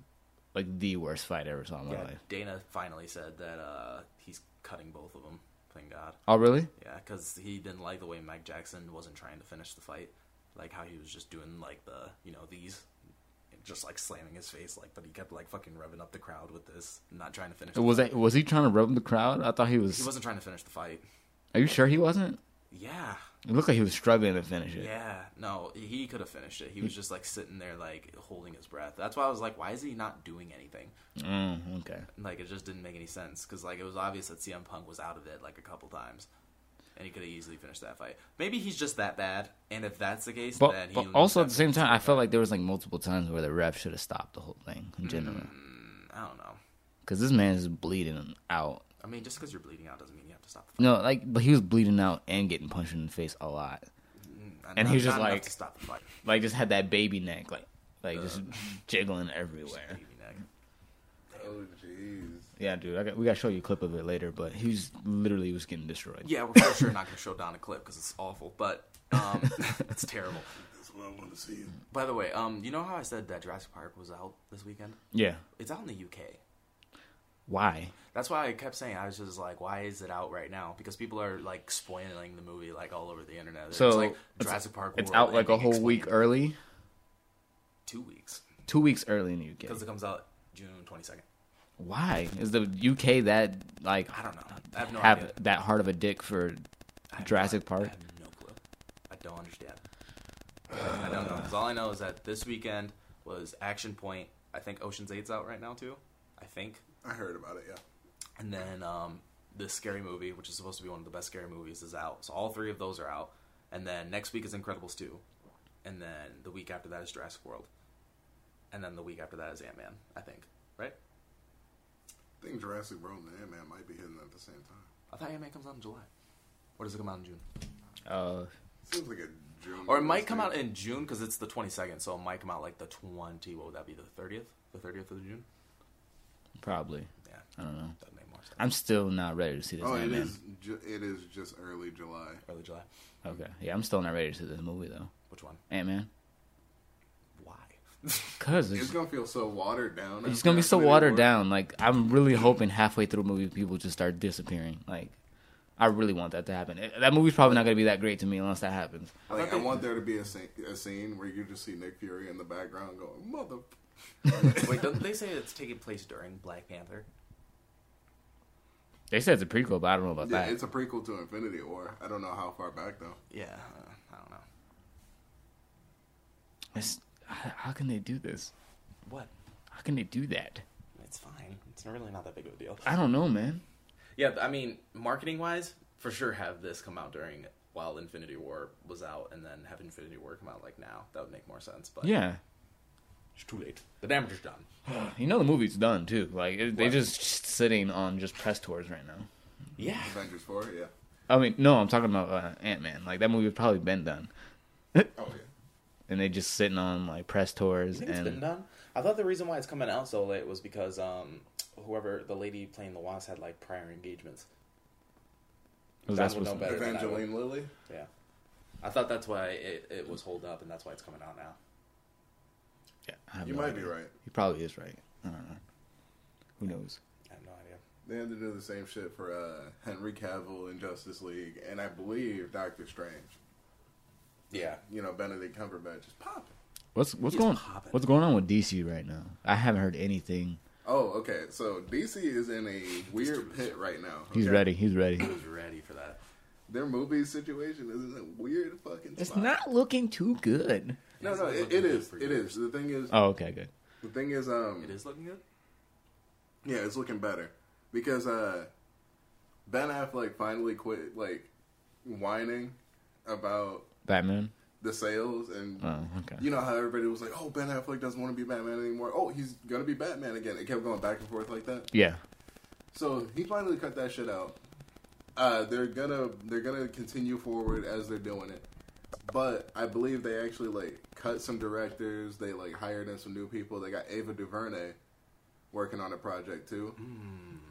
S2: like the worst fight I ever saw in my
S1: Yeah.
S2: life.
S1: Dana finally said that uh, he's cutting both of them. Thank God.
S2: Oh, really?
S1: Yeah, because he didn't like the way Mike Jackson wasn't trying to finish the fight, like how he was just doing like the you know these, and just like slamming his face, like but he kept like fucking revving up the crowd with this, not trying to finish. The
S2: Was
S1: fight.
S2: that was he trying to rub the crowd? I thought he was.
S1: He wasn't trying to finish the fight.
S2: Are you sure he wasn't?
S1: Yeah,
S2: It looked like he was struggling to finish it.
S1: yeah, no, he could have finished it. He was just like sitting there, like holding his breath. That's why I was like, why is he not doing anything?
S2: Mm, okay.
S1: Like it just didn't make any sense because like it was obvious that CM Punk was out of it like a couple times, and he could have easily finished that fight. Maybe he's just that bad, and if that's the case, then
S2: But,
S1: he
S2: but
S1: loses
S2: also at
S1: that
S2: the same time, I felt like there was like multiple times where the ref should have stopped the whole thing in general
S1: Mm. I don't know.
S2: because this man is bleeding out.
S1: I mean, just because you're bleeding out doesn't mean you have to stop. The fight.
S2: No, like but he was bleeding out and getting punched in the face a lot. And he was just
S1: not enough
S2: like-
S1: to stop the fight.
S2: Like just had that baby neck, like like just jiggling everywhere.
S1: Baby neck.
S3: Oh jeez.
S2: Yeah, dude, I got, we gotta show you a clip of it later. But he was literally was getting destroyed.
S1: Yeah, we're for sure not going to show Don a clip because it's awful, but um, it's terrible.
S3: That's what I want to see.
S1: By the way, um, you know how I said that Jurassic Park was out this weekend?
S2: Yeah.
S1: It's out in the UK.
S2: Why?
S1: That's why I kept saying I was just like, why is it out right now? Because people are like spoiling the movie like all over the internet. It's
S2: So
S1: like
S2: it's-
S1: Jurassic Park.
S2: It's
S1: World
S2: out like a
S1: ending
S2: whole week
S1: explained.
S2: early,
S1: two weeks
S2: two weeks early in the UK.
S1: because it comes out June twenty second.
S2: Why is the UK that like
S1: I don't know. I have no
S2: have
S1: idea.
S2: that hard of a dick for
S1: I have
S2: Jurassic
S1: no,
S2: Park?
S1: I have no clue. I don't understand. I don't know. 'Cause all I know is that this weekend was Action Point. I think Ocean's Eight's out right now too. I think.
S3: I heard about it. Yeah.
S1: And then um, the Scary Movie, which is supposed to be one of the best scary movies, is out. So all three of those are out. And then next week is Incredibles two. And then the week after that is Jurassic World. And then the week after that is Ant Man. I think. Right?
S3: I think Jurassic World and Ant Man might be hitting at the same time.
S1: I thought Ant Man comes out in July. Or does it come out in June?
S2: Uh,
S3: Seems like a June.
S1: Or it might come out
S3: release
S1: in June because it's the 22nd, so it might come out like the 20. What would that be? The 30th? The 30th of June?
S2: probably.
S1: Yeah,
S2: I don't know.
S1: that made more sense.
S2: I'm still not ready to see
S3: date.
S2: this.
S3: Oh, it
S2: Ant-Man.
S3: is. Ju- it is just early July.
S1: Early July.
S2: Okay. Yeah, I'm still not ready to see this movie though.
S1: Which one?
S2: Ant Man.
S1: Why?
S2: Cause it's,
S3: It's gonna feel so watered down.
S2: it's
S3: after
S2: gonna be so
S3: Infinity
S2: watered
S3: War.
S2: down. Like I'm really hoping halfway through the movie people just start disappearing. Like I really want that to happen. Eh, That movie's probably not gonna be that great to me unless that happens.
S3: Like, I
S1: Okay.
S3: want there to be a scene, a scene where you just see Nick Fury in the background going, "Mother."
S1: Wait, don't they say it's taking place during Black Panther?
S2: They said it's a prequel, but I don't know about
S3: Yeah,
S2: that.
S3: it's a prequel to Infinity War. I don't know how far back though.
S1: Yeah, uh, I don't know.
S2: It's, how how can they do this?
S1: What?
S2: How can they do that?
S1: It's fine. It's really not that big of a deal.
S2: I don't know, man.
S1: Yeah, I mean, marketing wise, for sure have this come out during while Infinity War was out, and then have Infinity War come out like now. That would make more sense. But
S2: Yeah.
S1: it's too late. The damage is done.
S2: You know the movie's done too. Like it, they're
S1: What?
S2: just sitting on just press tours right now.
S1: Yeah.
S3: Avengers Four. Yeah.
S2: I mean, no, I'm talking about uh, Ant Man. Like that movie's probably been done,
S3: Oh yeah.
S2: and they just sitting on like press tours
S1: You think it's been
S2: and
S1: done? I thought the reason why it's coming out so late was because um, whoever the lady playing the Wasp had like prior engagements.
S2: was
S1: Don
S2: that
S1: would
S2: supposed
S1: know
S2: to?
S1: better. than I would.
S3: Evangeline Lilly.
S1: Yeah, I thought that's why it, it was holed up, and that's why it's coming out now.
S2: Yeah, I have
S3: You
S2: no
S3: might
S2: idea.
S3: be right.
S2: He probably is right. I don't know. Who knows?
S1: I have no idea.
S3: They had to do the same shit for uh, Henry Cavill in Justice League, and I believe Doctor Strange.
S1: Yeah,
S3: You know, Benedict Cumberbatch is popping.
S2: What's what's
S1: He's
S2: going
S1: popping.
S2: What's going on with DC right now? I haven't heard anything.
S3: Oh, okay. So DC is in a weird pit right now.
S2: He's
S3: okay?
S2: ready. He's ready.
S1: I was ready for that.
S3: Their movie situation is in a weird fucking.
S2: It's
S3: spot.
S2: not looking too good.
S3: No, no, it, it is. It is. The thing is,
S2: Oh, okay, good.
S3: the thing is, um,
S1: It is looking good.
S3: yeah, it's looking better because uh, Ben Affleck finally quit like whining about
S2: Batman.
S3: the sales and
S2: Oh, okay.
S3: you know how everybody was like, "Oh, Ben Affleck doesn't want to be Batman anymore. Oh, he's gonna be Batman again." It kept going back and forth like that.
S2: Yeah.
S3: So he finally cut that shit out. Uh, they're gonna they're gonna continue forward as they're doing it, but I believe they actually like cut some directors. They like hired in some new people. They got Ava DuVernay working on a project too,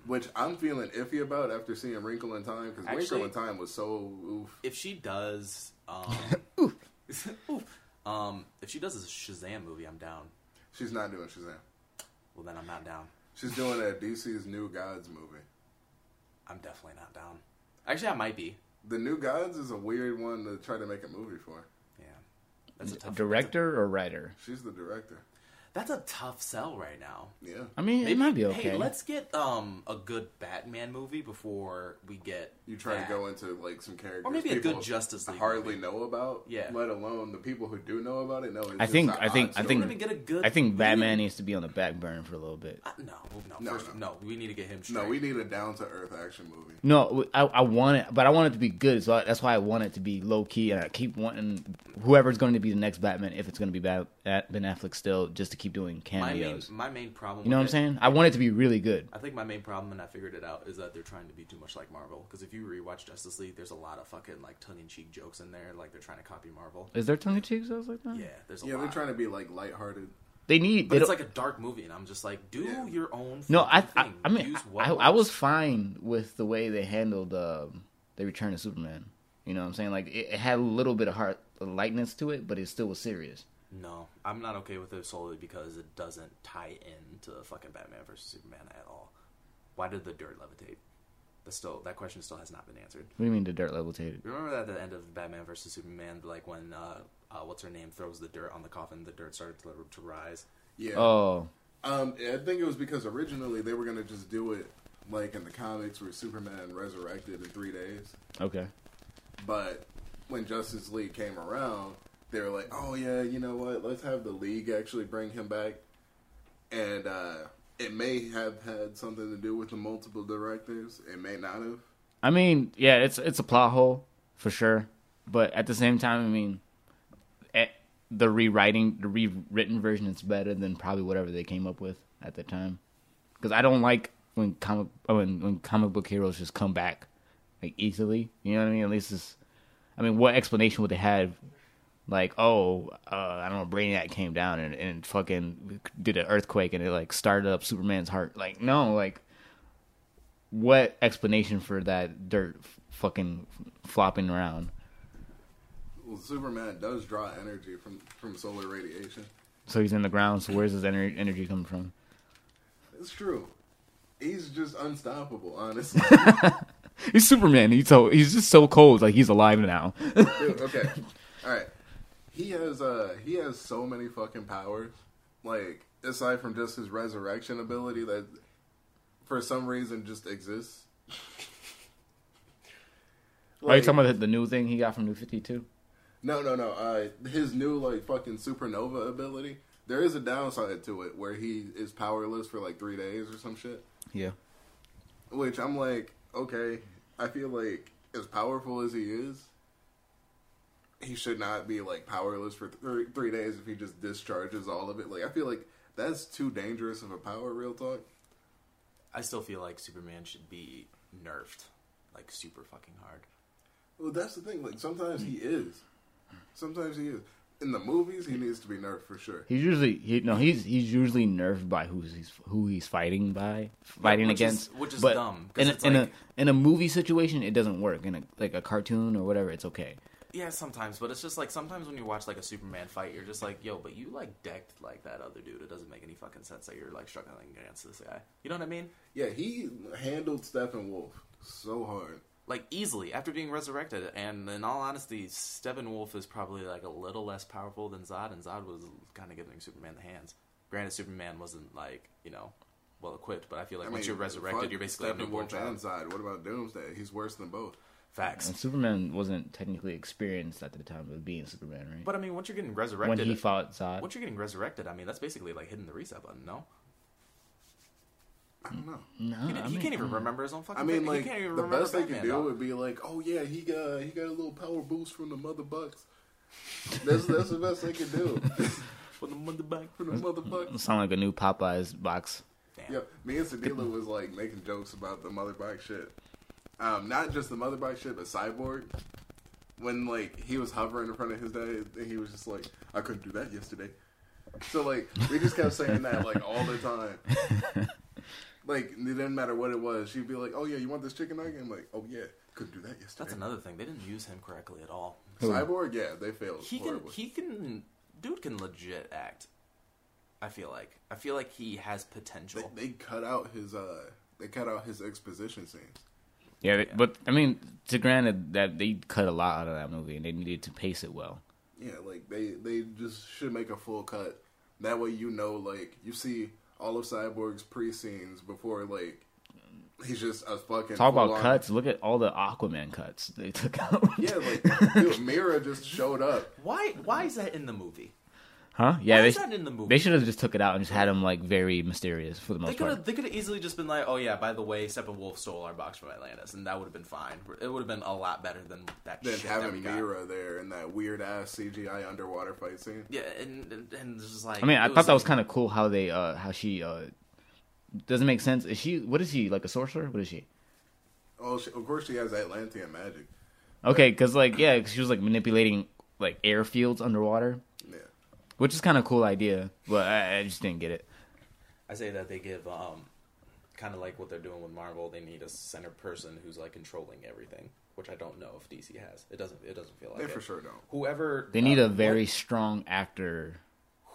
S3: which I'm feeling iffy about after seeing Wrinkle in Time because Wrinkle
S1: Actually-
S3: in Time was so oof.
S1: If she does, um, oof, um, if she does a Shazam movie, I'm down.
S3: She's not doing Shazam.
S1: Well, then I'm not down.
S3: She's doing a DC's New Gods movie.
S1: I'm definitely not down. Actually, I might be.
S3: The New Gods is a weird one to try to make a movie for.
S1: Yeah, that's a tough
S2: Director or writer?
S3: She's the director.
S1: That's a tough sell right now.
S3: Yeah.
S2: I mean, it
S1: Maybe-
S2: might be okay.
S1: Hey, let's get um a good Batman movie before we get
S3: You try
S1: that.
S3: to go into like some characters,
S1: Or maybe a
S3: people
S1: good Justice League
S3: hardly
S1: movie.
S3: know about.
S1: Yeah.
S3: Let alone the people who do know about it. No, it's
S2: I
S3: just
S2: think-
S3: a
S2: I
S3: odd
S2: think- I
S3: story.
S2: think-
S1: We're gonna get a good.
S2: I think Batman needs to be on the back burner for a little bit.
S1: Uh, no, no,
S3: No,
S1: first,
S3: no.
S1: no. We need to get him. Straight.
S3: No, we need a down to earth action movie.
S2: No, I, I want it, but I want it to be good. So that's why I want it to be low key, and I keep wanting whoever's going to be the next Batman, if it's going to be Bat, Bat- Ben Affleck still, just to keep doing
S1: My main,
S2: cameos.
S1: my main problem.
S2: you know what I'm
S1: with it-
S2: saying? I want it to be really good.
S1: I think my main problem, and I figured it out, is that they're trying to be too much like Marvel. Because if you rewatch Justice League, there's a lot of fucking like tongue-in-cheek jokes in there, like they're trying to copy Marvel.
S2: Is there tongue in cheek stuff like that?
S1: Yeah, there's a
S3: Mm-hmm. Yeah,
S1: lot.
S3: they're trying to be like lighthearted.
S2: They need.
S1: but
S2: they
S1: it's
S2: don't-
S1: like a dark movie, and I'm just like, do
S3: Yeah.
S1: your own.
S2: no, I,
S1: fucking
S2: I,
S1: thing.
S2: I mean,
S1: Use what
S2: I, I was
S1: works.
S2: fine with the way they handled um, the Return of Superman. You know what I'm saying? Like it, it had a little bit of heart lightness to it, but it still was serious.
S1: No, I'm not okay with it solely because it doesn't tie in to fucking Batman versus Superman at all. Why did the dirt levitate? That's still that question still has not been answered.
S2: What do you mean the dirt levitated?
S1: Remember that at the end of Batman versus Superman, like when uh, uh what's her name throws the dirt on the coffin, the dirt started to, to rise.
S3: Yeah.
S2: Oh,
S3: Um, I think it was because originally they were gonna just do it like in the comics where Superman resurrected in three days.
S2: okay.
S3: But when Justice League came around, they were like, "Oh yeah, you know what? Let's have the league actually bring him back." And uh, it may have had something to do with the multiple directors. It may not have.
S2: I mean, yeah, it's it's a plot hole for sure, but at the same time, I mean, eh, the rewriting, the rewritten version is better than probably whatever they came up with at the time. Because I don't like when comic oh, when when comic book heroes just come back like easily. You know what I mean? At least it's, I mean, what explanation would they have? Like, oh, uh, I don't know, Brainiac came down and, and fucking did an earthquake and it like started up Superman's heart. Like, no, like what explanation for that dirt f- fucking flopping around?
S3: Well, Superman does draw energy from from solar radiation.
S2: So he's in the ground. So where's his ener- energy coming from?
S3: It's true. He's just unstoppable, honestly.
S2: He's Superman. He's so he's just so cold. Like he's alive now.
S3: Dude, okay. All right. He has uh he has so many fucking powers. Like aside from just his resurrection ability that for some reason just exists.
S2: Are you talking about the new thing he got from New Fifty Two?
S3: No, no, no. Uh his new like fucking supernova ability. There is a downside to it where he is powerless for like 3 days or some shit.
S2: Yeah.
S3: Which I'm like, okay, I feel like as powerful as he is, he should not be like powerless for th- three days if he just discharges all of it. Like, I feel like that's too dangerous of a power, real talk.
S1: I still feel like Superman should be nerfed, like super fucking hard.
S3: Well, that's the thing. Like, sometimes he is. Sometimes he is. In the movies, he needs to be nerfed for sure.
S2: He's usually he, no he's he's usually nerfed by who he's who he's fighting by fighting
S1: which is-
S2: against,
S1: which is
S2: but
S1: dumb, 'cause
S2: In a,
S1: it's
S2: in
S1: like-
S2: a in a movie situation, it doesn't work. In a like a cartoon or whatever, it's okay.
S1: Yeah, sometimes, but it's just like sometimes when you watch like a Superman fight, you're just like, yo, but you like decked like that other dude. It doesn't make any fucking sense that you're like struggling against this guy. You know what I mean?
S3: Yeah, he handled Steppenwolf so hard.
S1: Like easily after being resurrected, and in all honesty, Steppenwolf is probably like a little less powerful than Zod, and Zod was kind of giving Superman the hands. Granted, Superman wasn't like you know well equipped, but I feel like once you're resurrected,
S3: fuck
S1: you're basically a newborn
S3: Steppenwolf and
S1: child.
S3: Zod. What about Doomsday? He's worse than both.
S1: Facts.
S2: And Superman wasn't technically experienced at the time of being Superman, right?
S1: But I mean, once you're getting
S2: when
S1: resurrected,
S2: he fought Zod,
S1: once you're getting resurrected, I mean, that's basically like hitting the reset button. No,
S3: I don't know.
S2: no,
S1: he, didn't-
S2: Uh, I
S1: he
S2: mean,
S1: can't even remember his own fucking.
S3: I mean,
S1: he
S3: like
S1: can't even
S3: the
S1: remember
S3: best they
S1: Batman,
S3: can do
S1: dog.
S3: would be like, "Oh yeah, he got he got a little power boost from the mother bucks." That's that's the best they can do.
S1: For the mother back.
S3: For the motherfucker.
S2: Sound like a new Popeyes box.
S1: Damn.
S3: Yeah, me and Sadila was like making jokes about the motherbike shit. Um, not just the motherbike shit, but Cyborg. When like he was hovering in front of his dad, and he was just like, "I couldn't do that yesterday." So like we just kept saying that like all the time. Like it didn't matter what it was. She'd be like, "Oh yeah, you want this chicken nugget?" I'm like, "Oh yeah, couldn't do that yesterday."
S1: That's another thing. They didn't use him correctly at all.
S3: Cyborg, yeah, they failed
S1: He can.
S3: horribly.
S1: He can. Dude can legit act. I feel like. I feel like he has
S3: They,
S1: potential.
S3: they cut out his uh, they cut out his exposition scenes.
S2: Yeah, they- but I mean, to granted that they cut a lot out of that movie and they needed to pace it well.
S3: Yeah, like they they just should make a full cut. That way, you know, like you see all of Cyborg's pre scenes before, like he's just a fucking
S2: Talk about
S3: full-on-
S2: cuts. Look at all the Aquaman cuts they took out.
S3: Yeah, like dude, Mira just showed up.
S1: Why? Why is that in the movie?
S2: Huh? Yeah,
S1: Why
S2: they,
S1: is that in the movie?
S2: they should have just took it out and just had him like very mysterious for the
S1: They
S2: most
S1: could
S2: part.
S1: have. They could have easily just been like, "Oh yeah, by the way, Steppenwolf stole our box from Atlantis," and that would have been fine. It would have been a lot better than that
S3: Then
S1: shit that we
S3: having
S1: got.
S3: Mira there in that weird ass CGI underwater fight scene.
S1: Yeah, and and, and it's just like.
S2: I mean, I
S1: it
S2: thought that was kind of cool how they uh how she uh doesn't make sense. Is she what is she like a sorcerer? What is she?
S3: Oh, she, of course she has Atlantean magic.
S2: Okay, because like yeah, 'cause she was like manipulating like airfields underwater,
S3: Yeah,
S2: which is kind of cool idea, but I, I just didn't get it.
S1: I say that they give um, kind of like what they're doing with Marvel. They need a center person who's like controlling everything, which I don't know if DC has. It doesn't. It doesn't feel like
S3: they
S1: it.
S3: for sure don't.
S1: Whoever
S2: They need
S1: uh,
S2: a very
S1: what-
S2: strong actor.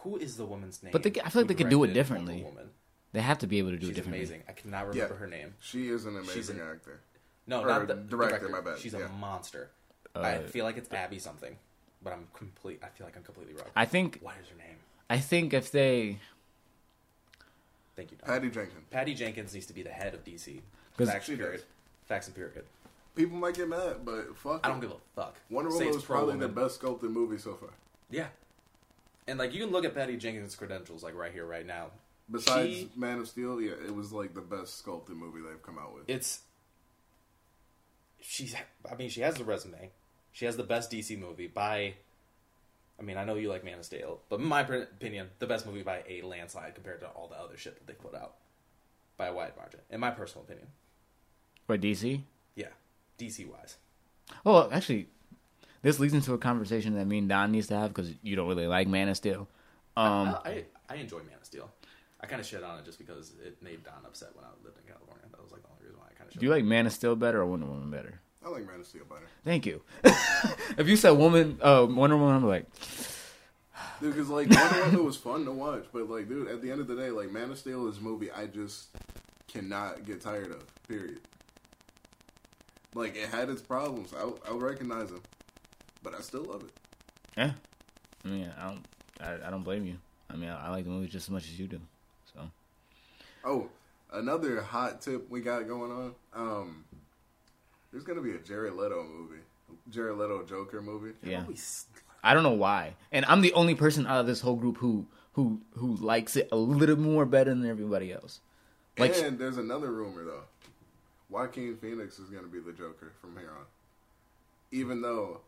S1: who is the woman's name?
S2: But they- I feel like
S1: who
S2: they could do it
S1: directed
S2: differently.
S1: Wonder Woman?
S2: They have to be able to do it
S1: She's
S2: differently.
S1: amazing. I cannot
S3: Yeah,
S1: remember her name.
S3: She is an
S1: She's
S3: amazing
S1: an-
S3: actor.
S1: No,
S3: Or
S1: not the
S3: director,
S1: director.
S3: my bad,
S1: She's
S3: yeah.
S1: a monster. I
S2: Uh,
S1: feel like it's Abby something, but I'm complete. I feel like I'm completely wrong.
S2: I think
S1: what is her name?
S2: I think if they
S1: Thank you. Don.
S3: Patty Jenkins.
S1: Patty Jenkins needs to be the head of DC.
S2: 'Cause-
S1: Facts
S3: She
S1: and
S3: does.
S1: period. Facts and period.
S3: People might get mad, but fuck.
S1: I don't
S3: it.
S1: give a fuck.
S3: Wonder
S1: Say
S3: Woman
S1: it's
S3: was probably the
S1: pro-woman.
S3: best sculpted movie so far.
S1: Yeah. And like you can look at Patty Jenkins' credentials like right here, right now.
S3: Besides
S1: She-
S3: Man of Steel, yeah, it was like the best sculpted movie they've come out with.
S1: It's she's I mean, she has the resume. She has the best DC movie by I mean, I know you like Man of Steel, but in my pr- opinion, the best movie by a landslide compared to all the other shit that they put out by a wide margin. In my personal opinion.
S2: for DC,
S1: Yeah. DC wise.
S2: Well, actually, this leads into a conversation that me and Don needs to have because you don't really like Man of Steel. Um,
S1: I, I I enjoy Man of Steel. I kind of shit on it just because it made Don upset when I lived in California. That was like the only reason why I kind of shit.
S2: do you like Man of Steel better or Wonder Woman better?
S3: I like Man of Steel better.
S2: Thank you. if you said Woman, uh, Wonder Woman, I'm like,
S3: Dude, because like Wonder Woman was fun to watch, but like, dude, at the end of the day, like Man of Steel is a movie I just cannot get tired of. Period. Like it had its problems. I I recognize them, but I still love it.
S2: yeah. I mean, I don't, I, I don't blame you. I mean, I, I like the movie just as much as you do. So
S3: Oh, another hot tip we got going on. Um, there's gonna be a Jared Leto movie, Jared Leto Joker movie.
S2: yeah,
S1: Always-
S2: I don't know why, and I'm the only person out of this whole group who who who likes it a little more better than everybody else. Like,
S3: and there's another rumor though. Joaquin Phoenix is gonna be the Joker from here on. Even though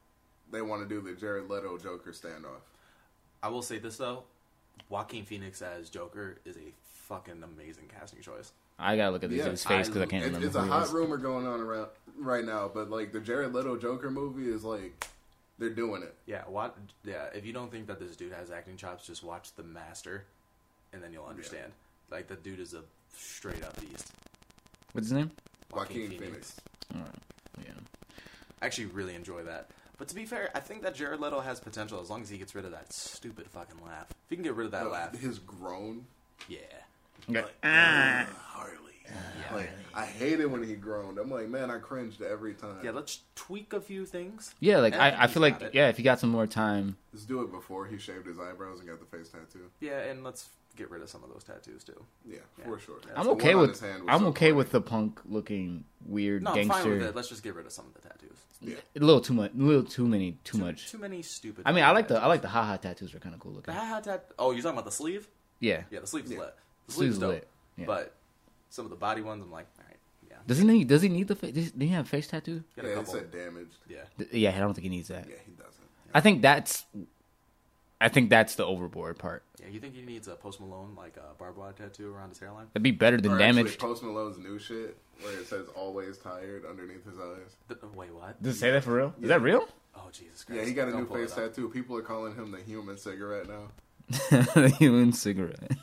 S3: they want to do the Jared Leto Joker standoff.
S1: I will say this though, Joaquin Phoenix as Joker is a fucking amazing casting choice.
S2: I gotta look at this
S3: Yeah,
S2: dude's face because I,
S1: I-
S2: can't
S3: It's,
S2: remember.
S3: it's a
S2: who he
S3: hot
S2: is.
S3: rumor going on around right now, but like the Jared Leto Joker movie is like they're doing it.
S1: Yeah, what? Yeah, if you don't think that this dude has acting chops, just watch The Master, and then you'll understand. Like the dude is a straight up beast.
S2: What's his name?
S3: Joaquin Phoenix.
S2: Yeah.
S1: I actually really enjoy that. But to be fair, I think that Jared Leto has potential as long as he gets rid of that stupid fucking laugh. If he can get rid of that
S3: Uh,
S1: laugh,
S3: His groan,
S1: yeah.
S2: Okay.
S1: Like,
S3: Harley.
S1: yeah.
S3: Like I hate it when he groaned. I'm like, man, I cringed every time.
S1: yeah, let's tweak a few things.
S2: Yeah, like
S1: And
S2: I, I
S1: he's
S2: feel like
S1: got it.
S2: yeah, if you got some more time,
S3: Let's do it before he shaved his eyebrows and got the face tattoo.
S1: Yeah, and let's get rid of some of those tattoos too.
S3: Yeah, for sure.
S2: I'm
S3: The one
S2: okay
S3: on
S2: with
S3: his hand was
S2: I'm
S3: so
S2: okay
S3: funny.
S2: with the punk looking weird
S1: No, I'm fine with
S2: gangster.
S1: it. Let's just get rid of some of the tattoos.
S2: A little too much, a little too many, too, much.
S1: Too many stupid.
S2: I mean, I like the I like the haha tattoos are kind of cool looking.
S1: The hat tat. Oh, you're talking about the sleeve?
S2: Yeah.
S1: Yeah, the sleeve's
S3: Yeah.
S1: lit. The sleeve's
S2: Sleeve's
S1: dope.
S2: lit, yeah.
S1: But some of the body ones, I'm like, all right, yeah.
S2: Does he need Does he need the face? Does he have a face tattoo?
S1: Got a
S3: Yeah, he
S1: couple.
S3: said damaged.
S1: yeah.
S2: Th- Yeah, I don't think he needs that.
S3: Yeah, he doesn't.
S2: I think that's, I think that's the overboard part.
S1: Yeah, you think he needs a Post Malone like a barbed wire tattoo around his hairline?
S2: That'd be better than
S3: Or actually,
S2: damaged.
S3: Post Malone's new shit where it says "always tired" underneath his eyes.
S1: Th- wait, what?
S2: Does it say that for real? Is that real?
S1: Oh Jesus Christ!
S3: Yeah, he got a
S1: Don't
S3: new
S1: pull it
S3: face
S1: up.
S3: tattoo. People are calling him the human cigarette now.
S2: The human cigarette.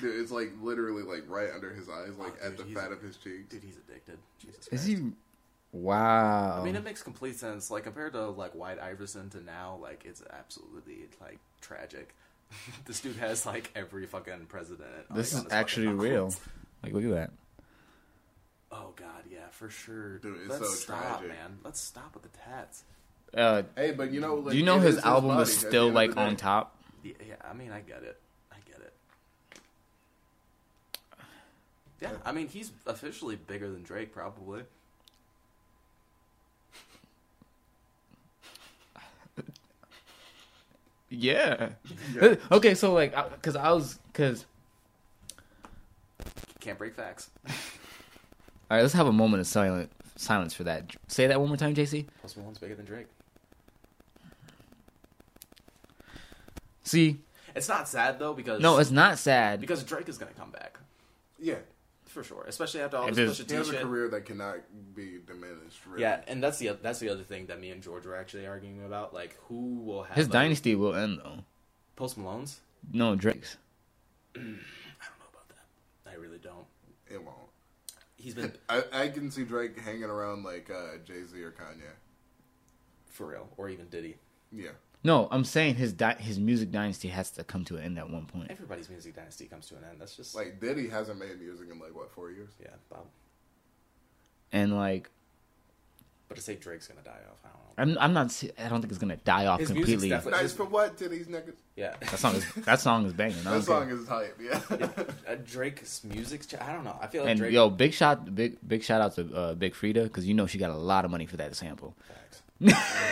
S3: Dude, it's like literally like right under his eyes, like
S1: Oh,
S3: at
S1: dude,
S3: the
S1: he's-
S3: fat of his cheeks.
S1: Dude, he's addicted. Jesus Christ.
S2: Is he? Wow.
S1: I mean, it makes complete sense. Like compared to like White Iverson to now, like it's absolutely like tragic. this dude has like every fucking president. like,
S2: this
S1: on his
S2: is
S1: fucking
S2: actually real.
S1: knuckles.
S2: Like, look at that.
S1: Oh god, yeah, for sure.
S3: Dude, it's
S1: Let's
S3: so
S1: stop,
S3: tragic.
S1: man. Let's stop with the tats.
S2: Uh,
S3: Hey, but you know, like,
S2: do you know
S3: it
S2: his
S3: is
S2: album
S3: body
S2: was
S3: at the
S2: still
S3: end of
S2: like
S3: the
S2: on
S3: day.
S2: top?
S1: Yeah, yeah, I mean, I get it. I get it. Yeah, I mean, he's officially bigger than Drake, probably.
S2: Yeah.
S3: Yeah.
S2: okay, so like, I- cause I was, cause
S1: Can't break facts.
S2: all right, let's have a moment of silent silence for that. Say that one more time, JC.
S1: Post Malone's bigger than Drake.
S2: See,
S1: It's not sad though because
S2: no, it's not sad.
S1: because Drake is gonna come back
S3: Yeah,
S1: for sure, especially after all
S2: If
S1: this
S2: it's-
S1: Pusha
S3: he
S1: T
S3: has a
S1: shit.
S3: career that cannot be diminished. Really.
S1: Yeah, and that's the that's the other thing that me and George were actually arguing about, like who will have
S2: His
S1: a-
S2: dynasty will end though.
S1: Post Malone's.
S2: No, Drake's.
S1: I don't know about that. I really don't.
S3: it won't.
S1: He's been
S3: I, I can see Drake hanging around like uh, Jay Z or Kanye.
S1: for real, or even Diddy.
S3: Yeah,
S2: No, I'm saying his di- his music dynasty has to come to an end at one point.
S1: Everybody's music dynasty comes to an end. That's just like
S3: like Diddy hasn't made music in like what four years.
S1: yeah, Bob.
S2: And like,
S1: But to say Drake's gonna die off, I don't know.
S2: I'm I'm not. se- I don't think it's gonna die off
S1: His music's
S2: completely.
S1: definitely- But
S3: nice
S1: his-
S3: for what to these niggas?
S1: Yeah,
S2: That song is that song is banging. I
S3: That
S2: don't
S3: song
S2: care.
S3: is hype. Yeah.
S1: uh, Drake's music. ch- I don't know. I feel like
S2: And
S1: Drake.
S2: yo, big shot, big big shout out to uh, Big Frida because you know she got a lot of money for that sample.
S1: Facts.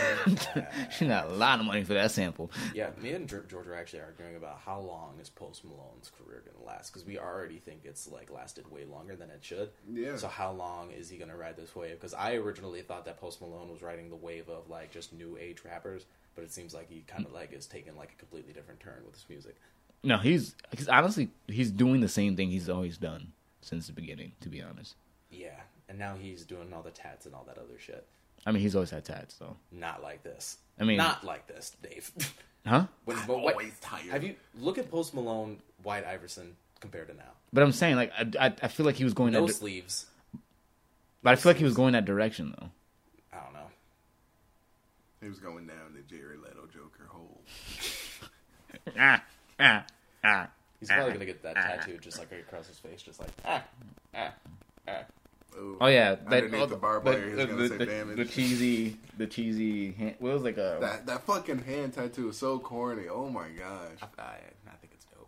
S2: She got a lot of money for that sample.
S1: Yeah, me and Dr- George are actually arguing about how long is Post Malone's career going to last because we already think it's like lasted way longer than it should.
S3: Yeah.
S1: So how long is he going to ride this wave? Because I originally thought that Post Malone was riding the wave of like just new age rappers, but it seems like he kind of like is taking like a completely different turn with his music.
S2: No, he's, he's honestly he's doing the same thing he's always done since the beginning. To be honest,
S1: Yeah, and now he's doing all the tats and all that other shit.
S2: I mean he's always had tats though.
S1: Not like this.
S2: I mean-
S1: not like this, Dave.
S2: Huh?
S1: when,
S3: I'm
S1: but what-
S3: always tired.
S1: Have you look at Post Malone, White Iverson compared to now?
S2: But I'm saying like I, I, I feel like he was going
S1: No
S2: that, di-
S1: sleeves.
S2: but I feel like he was going that direction though.
S1: I don't know.
S3: he was going down the Jerry Leto Joker hole.
S2: Ah, ah, ah.
S1: He's probably gonna get that tattoo just like right across his face, just like ah, ah, ah.
S3: Ooh.
S2: Oh yeah, that,
S3: Underneath
S2: oh,
S3: the barbed
S2: but
S3: wire, he's
S2: the,
S3: gonna
S2: the-
S3: say
S2: the-
S3: damage.
S2: the cheesy, the cheesy. Hand, what was like uh, a
S3: That that fucking hand tattoo is so corny. Oh my gosh.
S1: I, I think it's dope.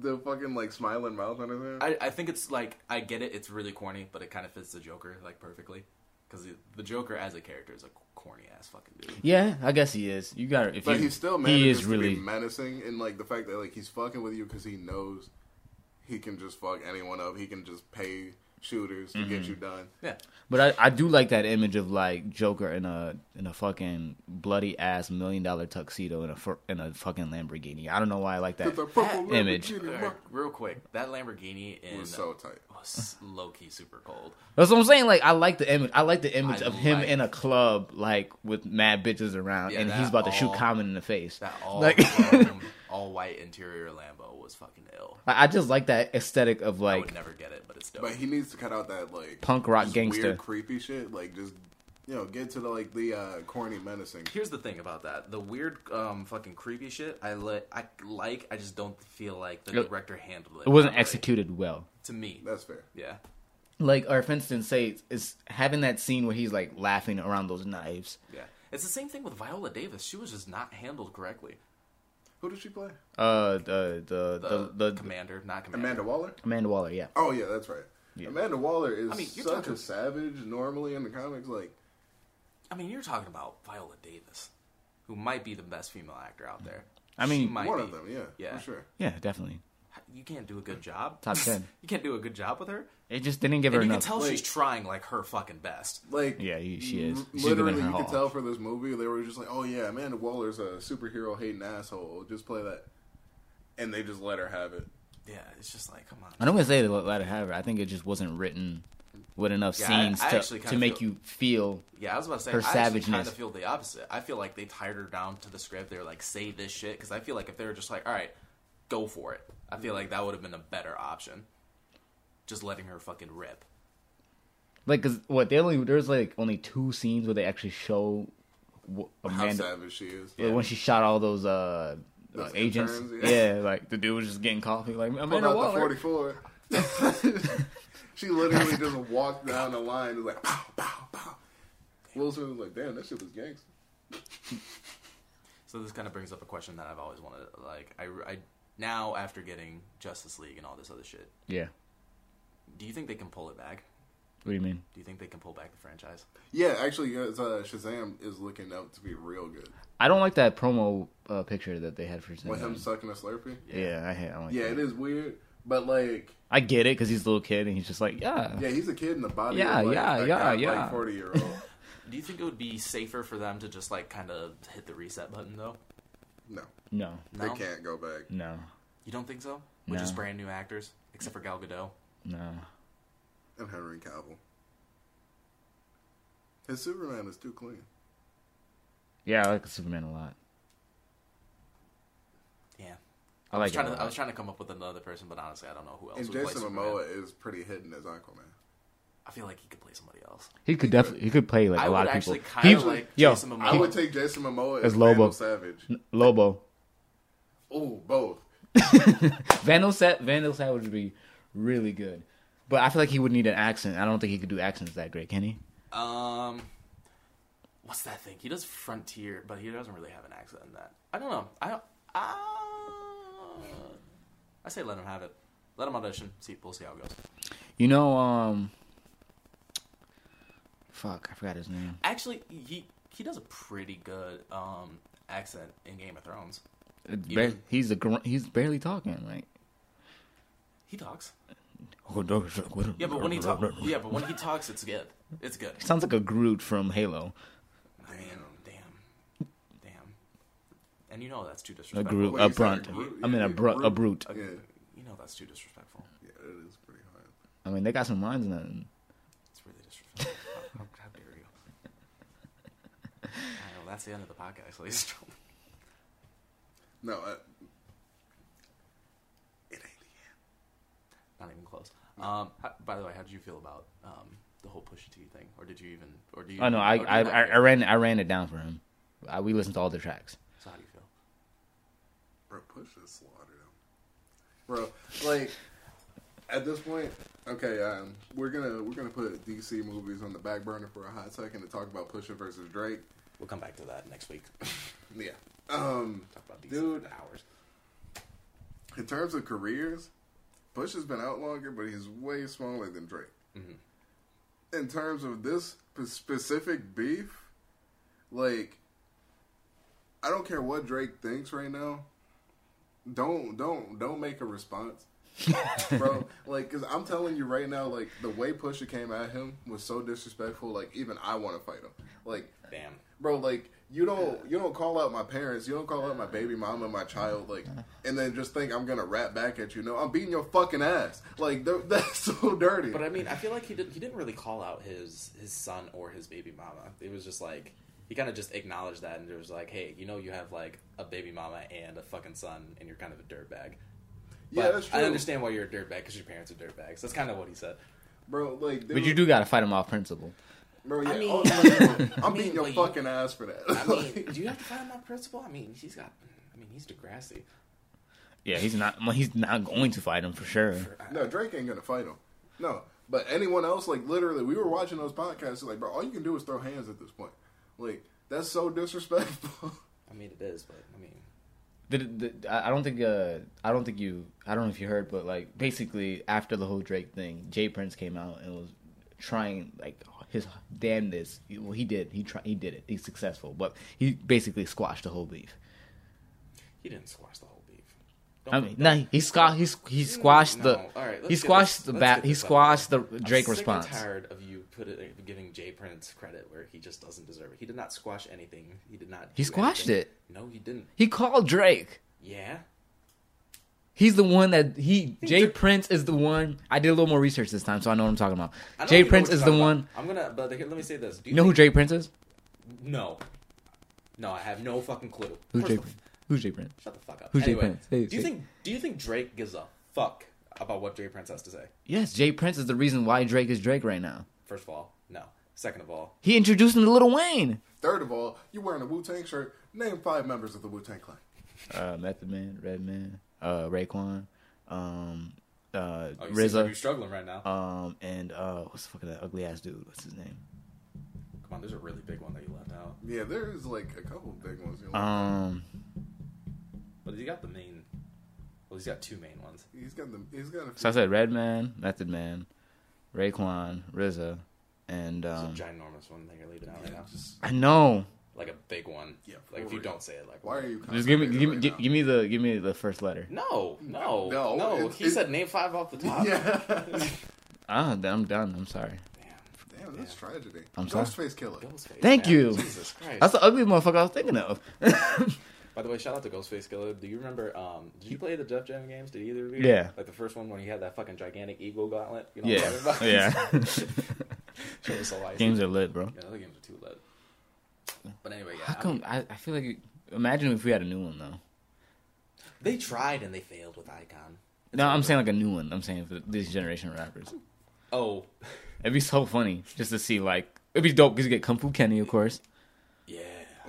S3: The fucking like smiling mouth on his hand.
S1: I, I think it's like I get it. It's really corny, but it kind of fits the Joker like perfectly because the Joker as a character is a corny ass fucking dude.
S2: Yeah, I guess he is. You got if
S3: But
S2: you,
S3: he still manages
S2: he is
S3: to
S2: really
S3: be menacing, and like the fact that like he's fucking with you because he knows he can just fuck anyone up. He can just pay shooters to
S2: Mm-hmm.
S3: get you done.
S1: Yeah,
S2: But I, I do like that image of like Joker in a in a fucking bloody ass million dollar tuxedo in a fur, in a fucking Lamborghini. I don't know why I like that.
S3: The purple
S2: image.
S3: Lamborghini
S1: Alright, real quick, that Lamborghini in
S3: was so tight.
S1: was low key super cold.
S2: That's what I'm saying. Like I like the image. I like the image
S1: I
S2: of him
S1: like-
S2: in a club like with mad bitches around,
S1: Yeah,
S2: and
S1: that
S2: he's about to shoot
S1: all-
S2: Common in the face.
S1: That all
S2: Like-
S1: chrome, all white interior Lambo was fucking ill.
S2: I I just like that aesthetic of
S1: I would
S2: like
S1: never get it, but it's dope.
S3: But he needs to cut out that like
S2: Punk rock
S3: just
S2: gangster.
S3: weird, creepy shit. Like just you know, get to the like the uh, corny menacing.
S1: Here's the thing about that: the weird, um, fucking creepy shit. I li- I like. I just don't feel like the
S2: It-
S1: director handled it.
S2: it wasn't
S1: properly.
S2: executed well.
S1: to me.
S3: That's fair.
S1: Yeah,
S2: Like or for instance, say is having that scene where he's like laughing around those knives.
S1: yeah. It's the same thing with Viola Davis. She was just not handled correctly.
S3: Who did she play?
S2: Uh, the the
S1: The,
S2: the, the
S1: Uh, commander, not commander.
S3: Amanda Waller.
S2: Amanda Waller, yeah.
S3: Oh yeah, that's right. Amanda Waller is
S1: I mean, you're
S3: such
S1: talking-
S3: a savage normally in the comics. Like
S1: I mean, you're talking about Viola Davis, who might be the best female actor out there.
S2: I
S1: She
S2: mean-
S1: might
S3: one
S1: be.
S3: of them, yeah,
S1: Yeah.
S3: for sure.
S2: Yeah, definitely.
S1: You can't do a good job.
S2: Top 10.
S1: you can't do a good job with her.
S2: It just didn't give her
S1: and you
S2: enough.
S1: can tell
S3: Like-
S1: she's trying like her fucking best.
S3: Like
S2: Yeah, he- she is.
S3: l-
S2: She's giving
S3: literally,
S2: her
S3: you
S2: all.
S3: could tell for this movie they were just like, "Oh yeah, Amanda Waller's a superhero hating asshole. Just play that," and they just let her have it.
S1: Yeah, it's just like, come
S2: I
S1: on.
S2: don't want to say they let- let it have her. I think it just wasn't written with enough
S1: Yeah, I-
S2: scenes
S1: I
S2: to,
S1: actually
S2: to
S1: kinda
S2: make
S1: feel-
S2: you feel.
S1: Yeah, I was about to say,
S2: Her
S1: I kind
S2: savageness.
S1: of feel the opposite. I feel like they tied her down to the script. They were like, say this shit. Because I feel like if they were just like, all right, go for it, I feel like that would have been a better option. Just letting her fucking rip.
S2: Like, cause what they only there's like only two scenes where they actually show wh-
S3: How
S2: Amanda
S3: savage she is.
S2: Yeah, when she shot all those uh
S3: Those
S2: uh, agents.
S3: interns,
S2: yeah.
S3: yeah.
S2: like the dude was just getting coffee. Like
S3: Pulled
S2: Amanda
S3: out the
S2: Waller.
S3: 44. she literally just walked down the line and like pow pow pow. Will Smith was like, "Damn, that shit was gangster."
S1: So this kind of brings up a question that I've always wanted. Like, I, I now after getting Justice League and all this other shit,
S2: Yeah.
S1: do you think they can pull it back?
S2: What do you mean?
S1: Do you think they can pull back the franchise?
S3: Yeah, actually, guys, uh, Shazam is looking out to be real good
S2: I don't like that promo uh, picture that they had for
S3: with him
S2: Shazam. Oh,
S3: sucking a Slurpee.
S2: Yeah, I hate. I don't like
S3: Yeah,
S2: that.
S3: it is weird, but like,
S2: I get it because he's a little kid and he's just like, yeah,
S3: yeah, he's a kid in the body.
S2: Yeah,
S3: of, like,
S2: yeah,
S3: a
S2: yeah,
S3: guy,
S2: yeah.
S3: like forty year old.
S1: Do you think it would be safer for them to just like kind of hit the reset button though?
S3: No,
S2: no,
S1: No,
S3: they can't go back.
S2: no,
S1: you don't think so? With just
S2: No.
S1: brand new actors, except for Gal Gadot.
S2: no.
S3: And Henry Cavill. His Superman is too clean.
S2: Yeah, I like Superman a lot.
S1: Yeah,
S2: I
S1: I was
S2: like.
S1: trying
S2: it a
S1: to. I was
S2: lot.
S1: trying to come up with another person, but honestly, I don't know who else.
S3: And
S1: would play
S3: Jason
S1: Superman.
S3: Momoa is pretty hidden as Aquaman.
S1: I feel like he could play somebody else.
S2: He could definitely. He could play like
S1: I
S2: a lot
S1: would
S2: of people.
S1: actually kinda
S2: He-
S1: like
S2: yo,
S1: Jason Momoa.
S3: I would take Jason Momoa as,
S2: As Lobo.
S3: Vandal Savage.
S2: Lobo.
S3: Oh, both.
S2: Vandal Sa- Vandal Savage would be really good, but I feel like he would need an accent. I don't think he could do accents that great. Can he?
S1: Um, what's that thing? He does Frontier, but he doesn't really have an accent in that. I don't know. I don't. Uh, I say let him have it. Let him audition. See, we'll see how it goes.
S2: You know, um, fuck, I forgot his name.
S1: Actually, he he does a pretty good um accent in Game of Thrones.
S2: It's
S1: You
S2: bar-
S1: mean-
S2: he's a gr- he's barely talking. Like,
S1: He talks.
S2: yeah,
S1: Yeah, but when he talks, yeah, but when he talks, it's good. It's good.
S2: sounds like a Groot from Halo.
S1: I mean, damn, damn. And you know that's too
S2: A
S1: disrespectful.
S2: Groot,
S3: Wait,
S2: a
S3: you said
S2: brunt.
S3: a Groot?
S2: I mean, a
S3: Yeah,
S2: bru- a
S3: Groot.
S2: brute.
S3: Yeah,
S1: You know that's too disrespectful.
S3: yeah, it is pretty hard.
S2: I mean, they got some lines in that.
S1: It's really disrespectful. how, how, how dare you? I know, that's the end of the podcast, ladies and gentlemen.
S3: No, I, it ain't the
S1: Not even close. Um, how, by the way, how did you feel about um, the whole Pusha T thing, or did you even, or do you?
S2: Oh no,
S1: or
S2: I
S1: do you
S2: I,
S1: not
S2: I,
S1: care?
S2: I ran I ran it down for him. I, we listened to all the tracks.
S1: So how do you feel?
S3: end. Bro, push this slaughter him. Bro, like at this point, okay, um, we're gonna we're gonna put DC movies on the back burner for a hot second to talk about Pusha versus Drake.
S1: We'll come back to that next week.
S3: Yeah. Um,
S1: Talk about these
S3: Dude.
S1: hours.
S3: in terms of careers, Bush has been out longer, but he's way smaller than Drake. In terms of this p- specific beef, like I don't care what Drake thinks right now. Don't don't don't make a response, bro. Like, cause I'm telling you right now, like the way Pusha came at him was so disrespectful. Like, even I want to fight him. Like,
S1: Damn.
S3: bro like you don't you don't call out my parents you don't call out my baby mama my child like and then just think i'm gonna rap back at you no i'm beating your fucking ass like th- that's so dirty
S1: But I mean, I feel like he didn't. He didn't really call out his his son or his baby mama. It was just like he kind of just acknowledged that, and it was like, hey, you know, you have like a baby mama and a fucking son, and you're kind of a dirtbag.
S3: yeah
S1: But
S3: that's true
S1: I understand why you're a dirtbag because your parents are dirtbags. That's kind of what he said.
S3: bro like
S2: But you do gotta fight him off principle.
S3: bro yeah,
S1: I mean-
S3: oh, no, no, no. i'm
S1: I mean,
S3: beating your
S1: but you-
S3: fucking ass for that
S1: I mean, do you have to find my principal? I mean, he's got. I mean, he's Degrassi.
S2: Yeah, he's not he's not going to fight him for sure.
S3: no drake ain't gonna fight him no but anyone else like literally we were watching those podcasts like bro all you can do is throw hands at this point like that's so disrespectful
S1: I mean, it is, but I mean,
S2: The, the, I I don't think uh, I don't think you I don't know if you heard, but like basically after the whole Drake thing, Jay Prince came out and was trying like his damnedest. Well, he did. He tried. He did it. He's successful, but he basically squashed the whole beef.
S1: he didn't squash the whole beef.
S2: I mean, no, he squashed. He, squ- he squashed the.
S1: Mm, No, all right, let's
S2: he
S1: get
S2: squashed
S1: this-
S2: the
S1: let's
S2: bat.
S1: get
S2: He
S1: this out of
S2: squashed
S1: the
S2: the Drake
S1: I'm sick and
S2: response.
S1: tired of you put it, giving Jay Prince credit where he just doesn't deserve it. He did not squash anything. He did not.
S2: He
S1: do
S2: squashed
S1: anything.
S2: it.
S1: No, he didn't.
S2: He called Drake.
S1: Yeah.
S2: He's the one that he Jay
S1: Drake-
S2: Prince is the one. I did a little more research this time, so I know what I'm talking about.
S1: I know
S2: Jay
S1: you know
S2: Prince
S1: what
S2: is
S1: you're
S2: the
S1: talking
S2: one.
S1: about. I'm gonna. But here, let me say this. Do
S2: You know who
S1: think-
S2: Jay Prince is?
S1: No. No, I have no fucking clue.
S2: Who's
S1: First
S2: Jay
S1: of-
S2: Prince? Who's Jay Prince?
S1: Shut the fuck up.
S2: Who's Jay
S1: anyway,
S2: Prince? Say-
S1: do you
S2: say-
S1: think? Do you think Drake gives a fuck about what Jay Prince has to say?
S2: Yes, Jay Prince is the reason why Drake is Drake right now.
S1: First of all, no. Second of all,
S2: He introduced him to Lil Wayne.
S3: Third of all, you're wearing a Wu Tang shirt. Name five members of the Wu Tang Clan.
S2: Uh, Method Man, Redman, uh, Raekwon, um, uh,
S1: oh, you seem like you're
S2: RZA,
S1: struggling right now.
S2: um, and uh, what's the fuck that ugly ass dude? What's his name?
S1: Come on, there's a really big one that you left out.
S3: Yeah, there's like a couple of big ones. You know,
S2: Um,
S1: But he's got the main. Well, he's got two main ones.
S3: he's got the he's got a
S2: so I
S3: few.
S2: said Redman, Method Man, Raekwon, RZA, and
S1: There's
S2: um,
S1: a ginormous one that you're leaving out right now.
S3: Just,
S2: I know.
S1: Like a big one.
S3: Yeah,
S1: Oh, Like if
S3: for
S1: you
S3: real.
S1: don't say it, like
S3: why are you?
S2: Just give me,
S3: concentrating
S2: give me,
S3: right
S2: give,
S3: now?
S2: me the, give me the first letter.
S1: No, no,
S3: No,
S1: no.
S3: it's-
S1: he
S3: it's-
S1: said name five off the top.
S3: Yeah.
S2: Ah, then I'm done. I'm sorry.
S1: Damn.
S3: Damn, that's tragedy.
S2: I'm sorry.
S3: Ghostface Killer.
S1: Ghostface,
S2: Thank
S1: man.
S2: you.
S1: Jesus Christ.
S2: That's the ugly motherfucker I was thinking of.
S1: By the way, shout out to Ghostface Killer. Do you remember? Um, did you play the Def Jam games? Did either of you?
S2: Yeah.
S1: Like the first one when he had that fucking gigantic eagle gauntlet. You know
S2: yeah,
S1: what I'm talking about?
S2: yeah.
S1: Show us a license.
S2: Games are lit, bro.
S1: Yeah, those games are too lit. But anyway, yeah.
S2: How
S1: I mean,
S2: come? I, I feel like. Imagine if we had a new one though.
S1: they tried and they failed with Icon.
S2: No, I'm saying like a new one. I'm saying for this generation of rappers,
S1: Oh,
S2: it'd be so funny just to see like it'd be dope because you get Kung Fu Kenny, of course.
S1: yeah.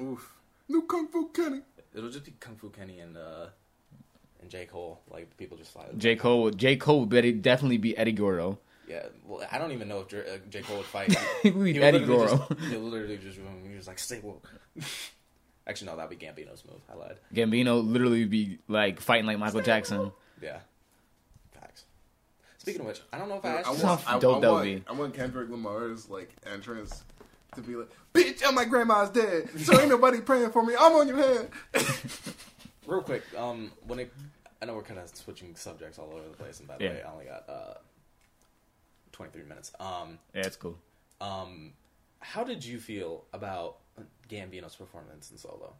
S3: Oof. New Kung Fu Kenny.
S1: It'll just be Kung Fu Kenny and uh and J Cole. Like people just fly.
S2: J Cole, would- J Cole would bet- definitely be Eddie Gordo.
S1: Yeah. Well, I don't even know if J, uh, J Cole would fight.
S2: He would be
S1: would
S2: Eddie
S1: literally
S2: Gordo.
S1: Just, he would literally just he was like stay woke. Actually, no, that'd be Gambino's move. I lied.
S2: Gambino literally be like fighting like Michael Jackson.
S1: Yeah. Facts. Speaking of which, I don't know if I
S3: I
S1: actually.
S3: want, I, I,
S2: dope that would
S3: want,
S2: be.
S3: I want Kendrick Lamar's like entrance to be like, "Bitch, oh my grandma's dead, so ain't nobody praying for me. I'm on your head."
S1: Real quick, um, when it, I know we're kind of switching subjects all over the place, and by the
S2: Yeah.
S1: way, I only got uh, twenty three minutes. Um,
S2: Yeah, that's cool.
S1: um, how did you feel about Gambino's performance in Solo?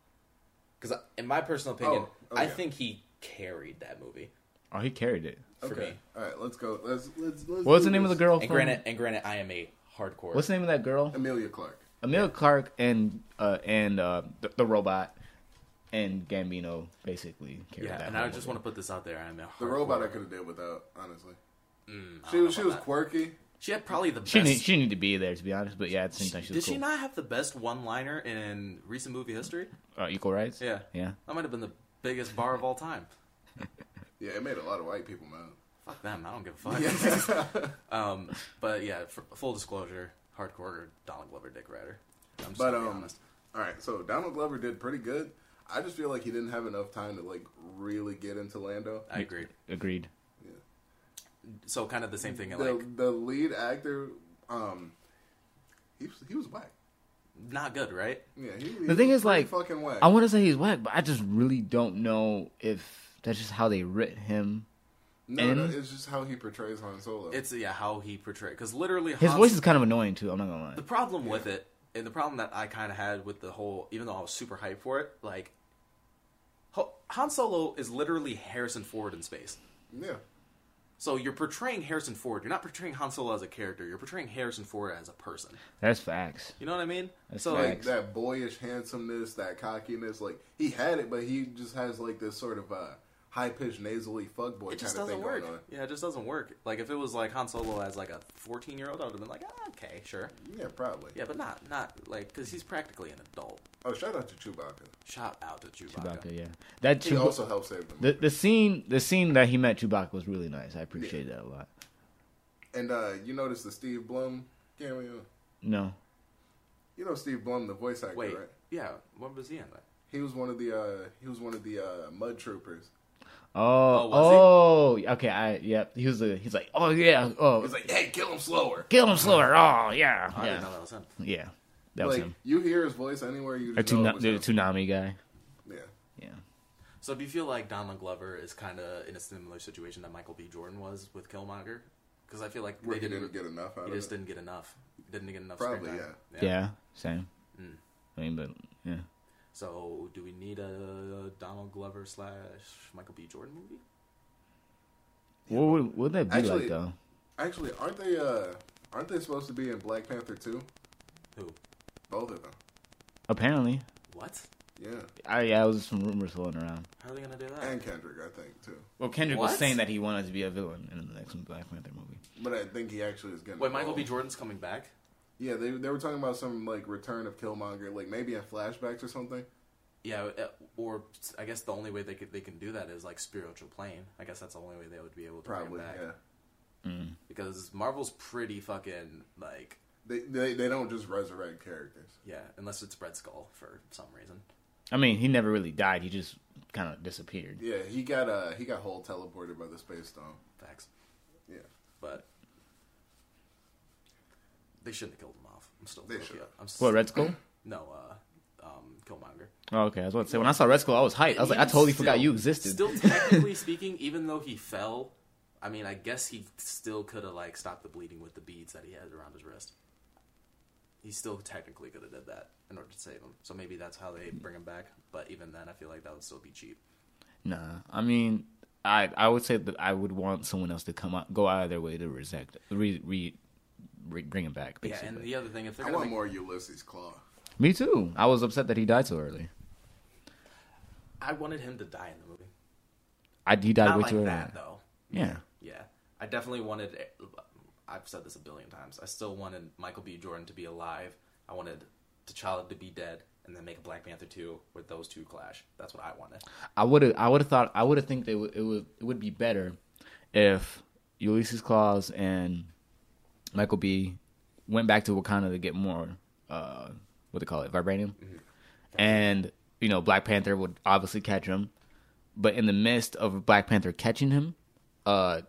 S1: Because in my personal opinion,
S3: Oh, oh,
S1: I
S3: yeah.
S1: think he carried that movie
S2: Oh, he carried it.
S1: for
S3: okay,
S1: me.
S3: all right, let's go. Let's let's. let's
S2: What's
S3: do
S2: the name of the
S3: this.
S2: girl?
S1: And
S2: from-
S1: granted, and granted, I am a hardcore.
S2: What's the name of that girl?
S3: Amelia Clark.
S2: Amelia Clark and uh, and uh, the, the robot and Gambino basically carried
S1: yeah,
S2: that.
S1: and I just want to put this out there. I am a
S3: The
S1: hardcore-
S3: robot I could have did without, uh, honestly.
S1: Mm, I
S3: She
S1: don't know
S3: was she
S1: about
S3: was
S1: that.
S3: quirky.
S1: She had probably the
S2: She
S1: best.
S2: need, she need to be there to be honest, but yeah, at the same time she
S1: Did
S2: was
S1: she
S2: cool.
S1: not have the best one liner in recent movie history?
S2: uh, equal rights.
S1: Yeah.
S2: yeah.
S1: That might have been the biggest bar of all time.
S3: Yeah, it made a lot of white people mad.
S1: Fuck them. I don't give a fuck. um, but yeah, for, full disclosure, hardcore Donald Glover dick rider. I'm just
S3: But
S1: gonna be
S3: um,
S1: honest.
S3: all right. So Donald Glover did pretty good. I just feel like he didn't have enough time to like really get into Lando.
S1: I agree.
S2: Agreed.
S1: So kind of the same thing.
S3: The
S1: Like
S3: the lead actor, um, he was, he was whack.
S1: not good, right?
S3: Yeah, he, he
S2: The thing
S3: was
S2: is,
S3: pretty
S2: like,
S3: fucking whack.
S2: I want to say he's whack, but I just really don't know if that's just how they writ him.
S3: no, no,
S2: and-
S3: it's just how he portrays Han Solo.
S1: It's yeah how he portrayed because literally
S2: His
S1: Han's-
S2: voice is kind of annoying too. I'm not gonna lie.
S1: The problem with it, and the problem that I kind of had with the whole, even though I was super hyped for it, like Ho- Han Solo is literally Harrison Ford in space.
S3: yeah,
S1: So you're portraying Harrison Ford. You're not portraying Han Solo as a character. You're portraying Harrison Ford as a person.
S2: That's facts.
S1: You know what I mean?
S2: That's
S1: so
S3: like
S2: Facts.
S3: that boyish handsomeness, that cockiness. Like he had it, but he just has like this sort of uh, high pitched nasally fuckboy
S1: it just
S3: kind of
S1: doesn't
S3: thing
S1: work.
S3: going on.
S1: Yeah, it just doesn't work. Like if it was like Han Solo as like a 14 year old, I would have been like, ah, okay, sure.
S3: Yeah, probably.
S1: Yeah, but not not like because he's practically an adult.
S3: Oh, shout out to Chewbacca.
S1: Shout out to Chewbacca.
S2: Chewbacca, yeah. That
S3: He
S2: Chewba-
S3: also helped save them.
S2: the the scene the scene that he met Chewbacca was really nice. I appreciate that a lot.
S3: And uh, you notice the Steve Blum cameo.
S2: No,
S3: You know Steve Blum, the voice actor,
S1: Wait,
S3: right?
S1: yeah, what was he in that?
S3: He was one of the uh, he was one of the uh, mud troopers.
S2: Oh, oh,
S1: was
S2: okay. I yep. He was a, he's like, oh yeah, oh,
S3: He was like, "Hey, kill him slower."
S2: kill him slower. Oh yeah,
S1: I didn't
S2: yeah,
S1: know that was him.
S2: yeah. That was
S3: Like
S2: him.
S3: you hear his voice anywhere, you
S2: Or
S3: just know it
S2: tuna-
S3: was
S2: the
S3: him.
S2: tsunami guy.
S3: Yeah,
S2: Yeah,
S1: So do you feel like Donald Glover is kind of in a similar situation that Michael B. Jordan was with Killmonger? Because I feel like
S3: Where
S1: they
S3: he
S1: didn't.
S3: didn't get enough out
S1: he
S3: of
S1: just
S3: it.
S1: didn't get enough. Didn't get enough.
S3: Probably,
S1: screen time.
S2: Yeah, same.
S1: Mm.
S2: I mean, but yeah.
S1: So do we need a Donald Glover slash Michael B. Jordan movie?
S2: What would what would that be
S3: Actually-
S2: like though?
S3: Actually, aren't they uh aren't they supposed to be in Black Panther 2?
S1: Who?
S3: Both of them.
S2: Apparently,
S1: What?
S3: Yeah.
S2: I yeah, it was some rumors floating around.
S1: How are they gonna do that?
S3: And Kendrick, I think, too.
S2: Well, Kendrick
S1: What?
S2: was saying that he wanted to be a villain in the next Black Panther movie.
S3: But I think he actually is getting
S1: Wait, Michael B.
S3: involved.
S1: Jordan's coming back.
S3: Yeah, they they were talking about some like return of Killmonger, like maybe in flashbacks or something.
S1: Yeah, uh, or I guess the only way they could they can do that is like spiritual plane. I guess that's the only way they would be able to bring him
S3: Probably,
S1: back.
S3: yeah.
S2: Mm.
S1: Because Marvel's pretty fucking like
S3: They, they they don't just resurrect characters.
S1: yeah, unless it's Red Skull for some reason.
S2: I mean, he never really died. He just kind of disappeared.
S3: Yeah, he got uh he got whole teleported by the space stone.
S1: Facts.
S3: Yeah,
S1: but they shouldn't have killed him off. I'm still
S3: They
S1: guilty.
S3: should.
S1: I'm still,
S2: What Red Skull?
S1: No, uh, um, Killmonger.
S2: Oh, okay, I was about to say when I saw Red Skull, I was hyped. I was like, I totally
S1: Still-
S2: forgot you existed.
S1: Still, technically speaking, even though he fell, I mean, I guess he still could have like stopped the bleeding with the beads that he had around his wrist. He still technically could have did that in order to save him. So maybe that's how they bring him back. But even then, I feel like that would still be cheap.
S2: Nah, I mean, I I would say that I would want someone else to come out, go out of their way to resect, re, re, re bring him back.
S1: Yeah,
S2: Basically,
S1: and the other thing, if they're
S3: I
S1: gonna
S3: want
S1: make,
S3: more Ulysses Claw.
S2: me too. I was upset that he died so early.
S1: I wanted him to die in the movie.
S2: I he died
S1: Not
S2: way
S1: like
S2: too early.
S1: that though.
S2: Yeah,
S1: Yeah, I definitely wanted. I've said this a billion times. I still wanted Michael B. Jordan to be alive. I wanted T'Challa to be dead, and then make a Black Panther two where those two clash. That's what I wanted.
S2: I would have. I would have thought. I would have think they would. It would. It would be better if Ulysses Claus and Michael B. went back to Wakanda to get more. Uh, what they call it, vibranium,
S3: Mm-hmm.
S2: and you know Black Panther would obviously catch him, but in the midst of Black Panther catching him, uh,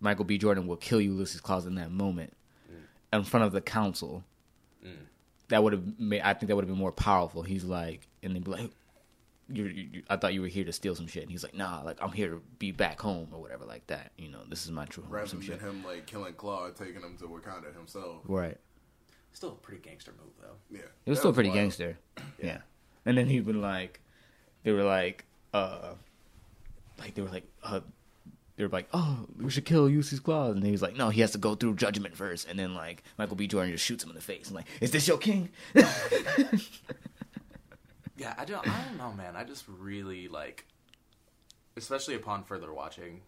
S2: Michael B. Jordan will kill Ulysses Claus in that moment
S3: Mm.
S2: in front of the council. That would have made. I think that would have been more powerful. He's like, and they'd be like, you're, you, you- I thought you were here to steal some shit. And he's like, nah, like I'm here to be back home or whatever like that. You know, this is my true home or
S3: Rather
S2: some
S3: than
S2: shit.
S3: him like killing Claw and taking him to Wakanda himself.
S2: Right.
S1: Still a pretty gangster move though.
S3: Yeah,
S2: It was
S3: That
S2: still pretty
S3: wild.
S2: gangster. Yeah. And then he would like, they were like, uh, like they were like, uh, they were like, oh, we should kill Lucy's Claus. And he was like, no, he has to go through judgment first. And then like Michael B. Jordan just shoots him in the face. and like, is this your king?
S1: Yeah, I don't. I don't know, man. I just really like, especially upon further watching,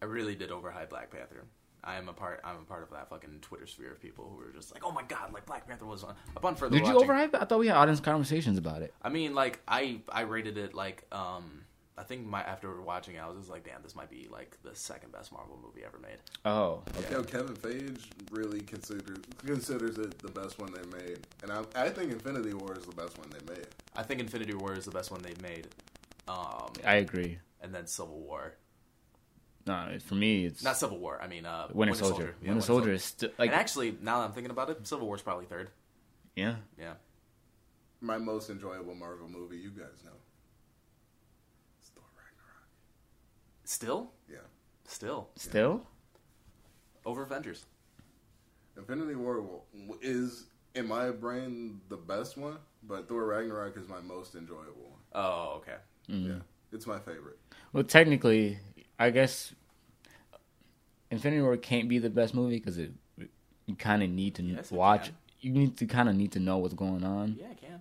S1: I really did overhype Black Panther. I am a part. I'm a part of that fucking Twitter sphere of people who were just like, "Oh my god!" Like Black Panther was on. Upon further,
S2: Did you
S1: watching-
S2: overhype it? I thought we had audience conversations about it.
S1: I mean, like I I rated it like um I think my after watching it, I was just like, damn, this might be like the second best Marvel movie ever made.
S2: Oh,
S3: You know, Kevin Feige really considers considers it the best one they made, and I, I think Infinity War is the best one they made.
S1: I think Infinity War is the best one they've made, um,
S2: I agree.
S1: and then Civil War.
S2: No, for me, it's
S1: Not Civil War. I mean, uh,
S2: Winter, Soldier.
S1: Yeah,
S2: Winter Soldier is still like,
S1: and actually, now that I'm thinking about it, Civil War's probably third.
S2: yeah.
S1: Yeah,
S3: My most enjoyable Marvel movie, you guys know, is Thor Ragnarok.
S1: still,
S3: Yeah,
S1: still
S2: Still,
S1: over Avengers.
S3: Infinity War will, is in my brain the best one, but Thor Ragnarok is my most enjoyable one.
S1: Oh, okay.
S2: Mm-hmm.
S3: Yeah, it's my favorite.
S2: well, technically, I guess Infinity War can't be the best movie because it you kind of need to
S1: Yes, it
S2: watch.
S1: can.
S2: You need to kind of need to know what's going on.
S1: Yeah, it can. It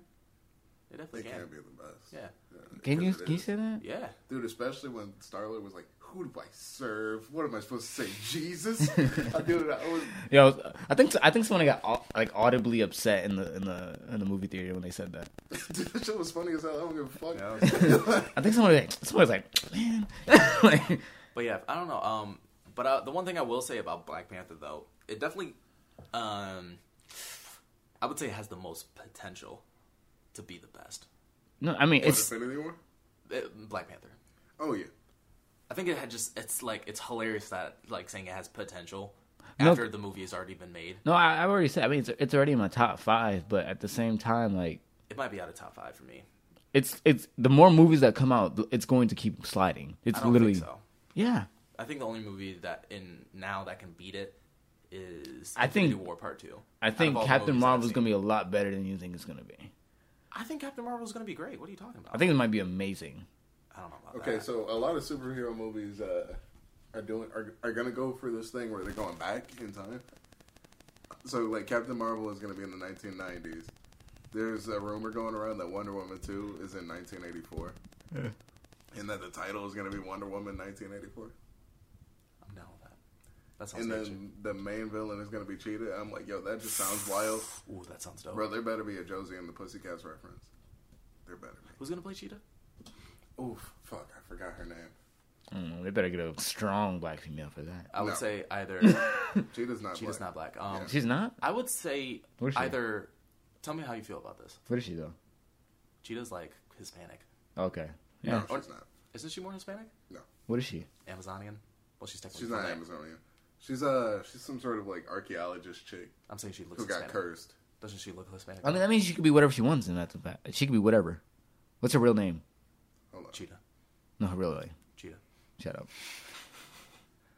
S3: They
S1: definitely can.
S3: can't be the best.
S1: Yeah,
S2: Can you
S3: because it
S2: can you
S3: is.
S2: say that?
S1: yeah.
S3: Dude, especially when Starlord was like, "Who do I serve? What am I supposed to say, Jesus?" I, dude, I was
S2: Yo, I think I think someone got au- like audibly upset in the in the in the movie theater when they said that.
S3: Dude, that shit was funny as hell. I don't give a fuck.
S2: I think someone like, someone's like, man, like,
S1: But yeah, I don't know. Um, but uh, the one thing I will say about Black Panther though, it definitely, um, I would say it has the most potential to be the best.
S2: no, I mean it's
S3: Infinity War?
S1: It- Black Panther.
S3: Oh yeah.
S1: I think it had just it's like it's hilarious that like saying it has potential
S2: No.
S1: after the movie has already been made.
S2: no, I, I've already said. I mean it's it's already in my top five, but at the same time, like
S1: It might be out of top five for me.
S2: it's it's the more movies that come out, it's going to keep sliding.
S1: I
S2: It's
S1: don't
S2: literally
S1: think so.
S2: yeah.
S1: I think the only movie that in now that can beat it is
S2: I think-
S1: Infinity War Part Two.
S2: I
S1: Out of
S2: think
S1: all the
S2: Captain
S1: movies that I've
S2: Marvel is
S1: seen.
S2: going to be a lot better than you think it's going to be.
S1: I think Captain Marvel is going to be great. What are you talking about?
S2: I think it might be amazing.
S1: I don't know about
S3: Okay,
S1: that.
S3: so a lot of superhero movies uh, are doing are, are gonna go for this thing where they're going back in time. So like Captain Marvel is gonna be in the 1990s. There's a rumor going around that Wonder Woman 2 is in 1984, and that the title is gonna be Wonder Woman 1984.
S1: I'm down with that. That sounds
S3: And
S1: good.
S3: then the main villain is gonna be Cheetah. I'm like, yo, that just sounds wild,
S1: Ooh, that sounds dope.
S3: bro. There better be a Josie and the Pussycats reference. There better be.
S1: Who's going to play Cheetah?
S3: Oof, fuck, I forgot her name.
S2: I don't know, they better get a strong black female for that.
S1: I would
S3: No.
S1: say either
S3: Cheetah's not.
S1: Cheetah's
S3: black.
S1: not black. Um,
S2: She's not.
S1: I would say
S2: Where's she?
S1: either. Tell me how you feel about this.
S2: What is she though?
S1: Cheetah's like Hispanic,
S2: Oh, Okay. Yeah.
S3: No, she's not.
S1: isn't she more Hispanic?
S3: No.
S2: What is she?
S1: Amazonian? Well, she's technically.
S3: She's not
S1: black.
S3: Amazonian. She's uh she's some sort of like archaeologist chick
S1: I'm saying she looks
S3: who got
S1: Hispanic.
S3: cursed.
S1: Doesn't she look Hispanic?
S2: I mean, that means she could be whatever she wants, and that's a fact. She could be whatever. What's her real name?
S3: Hold on.
S1: Cheetah.
S2: No, her real name.
S1: Cheetah.
S2: Shut up.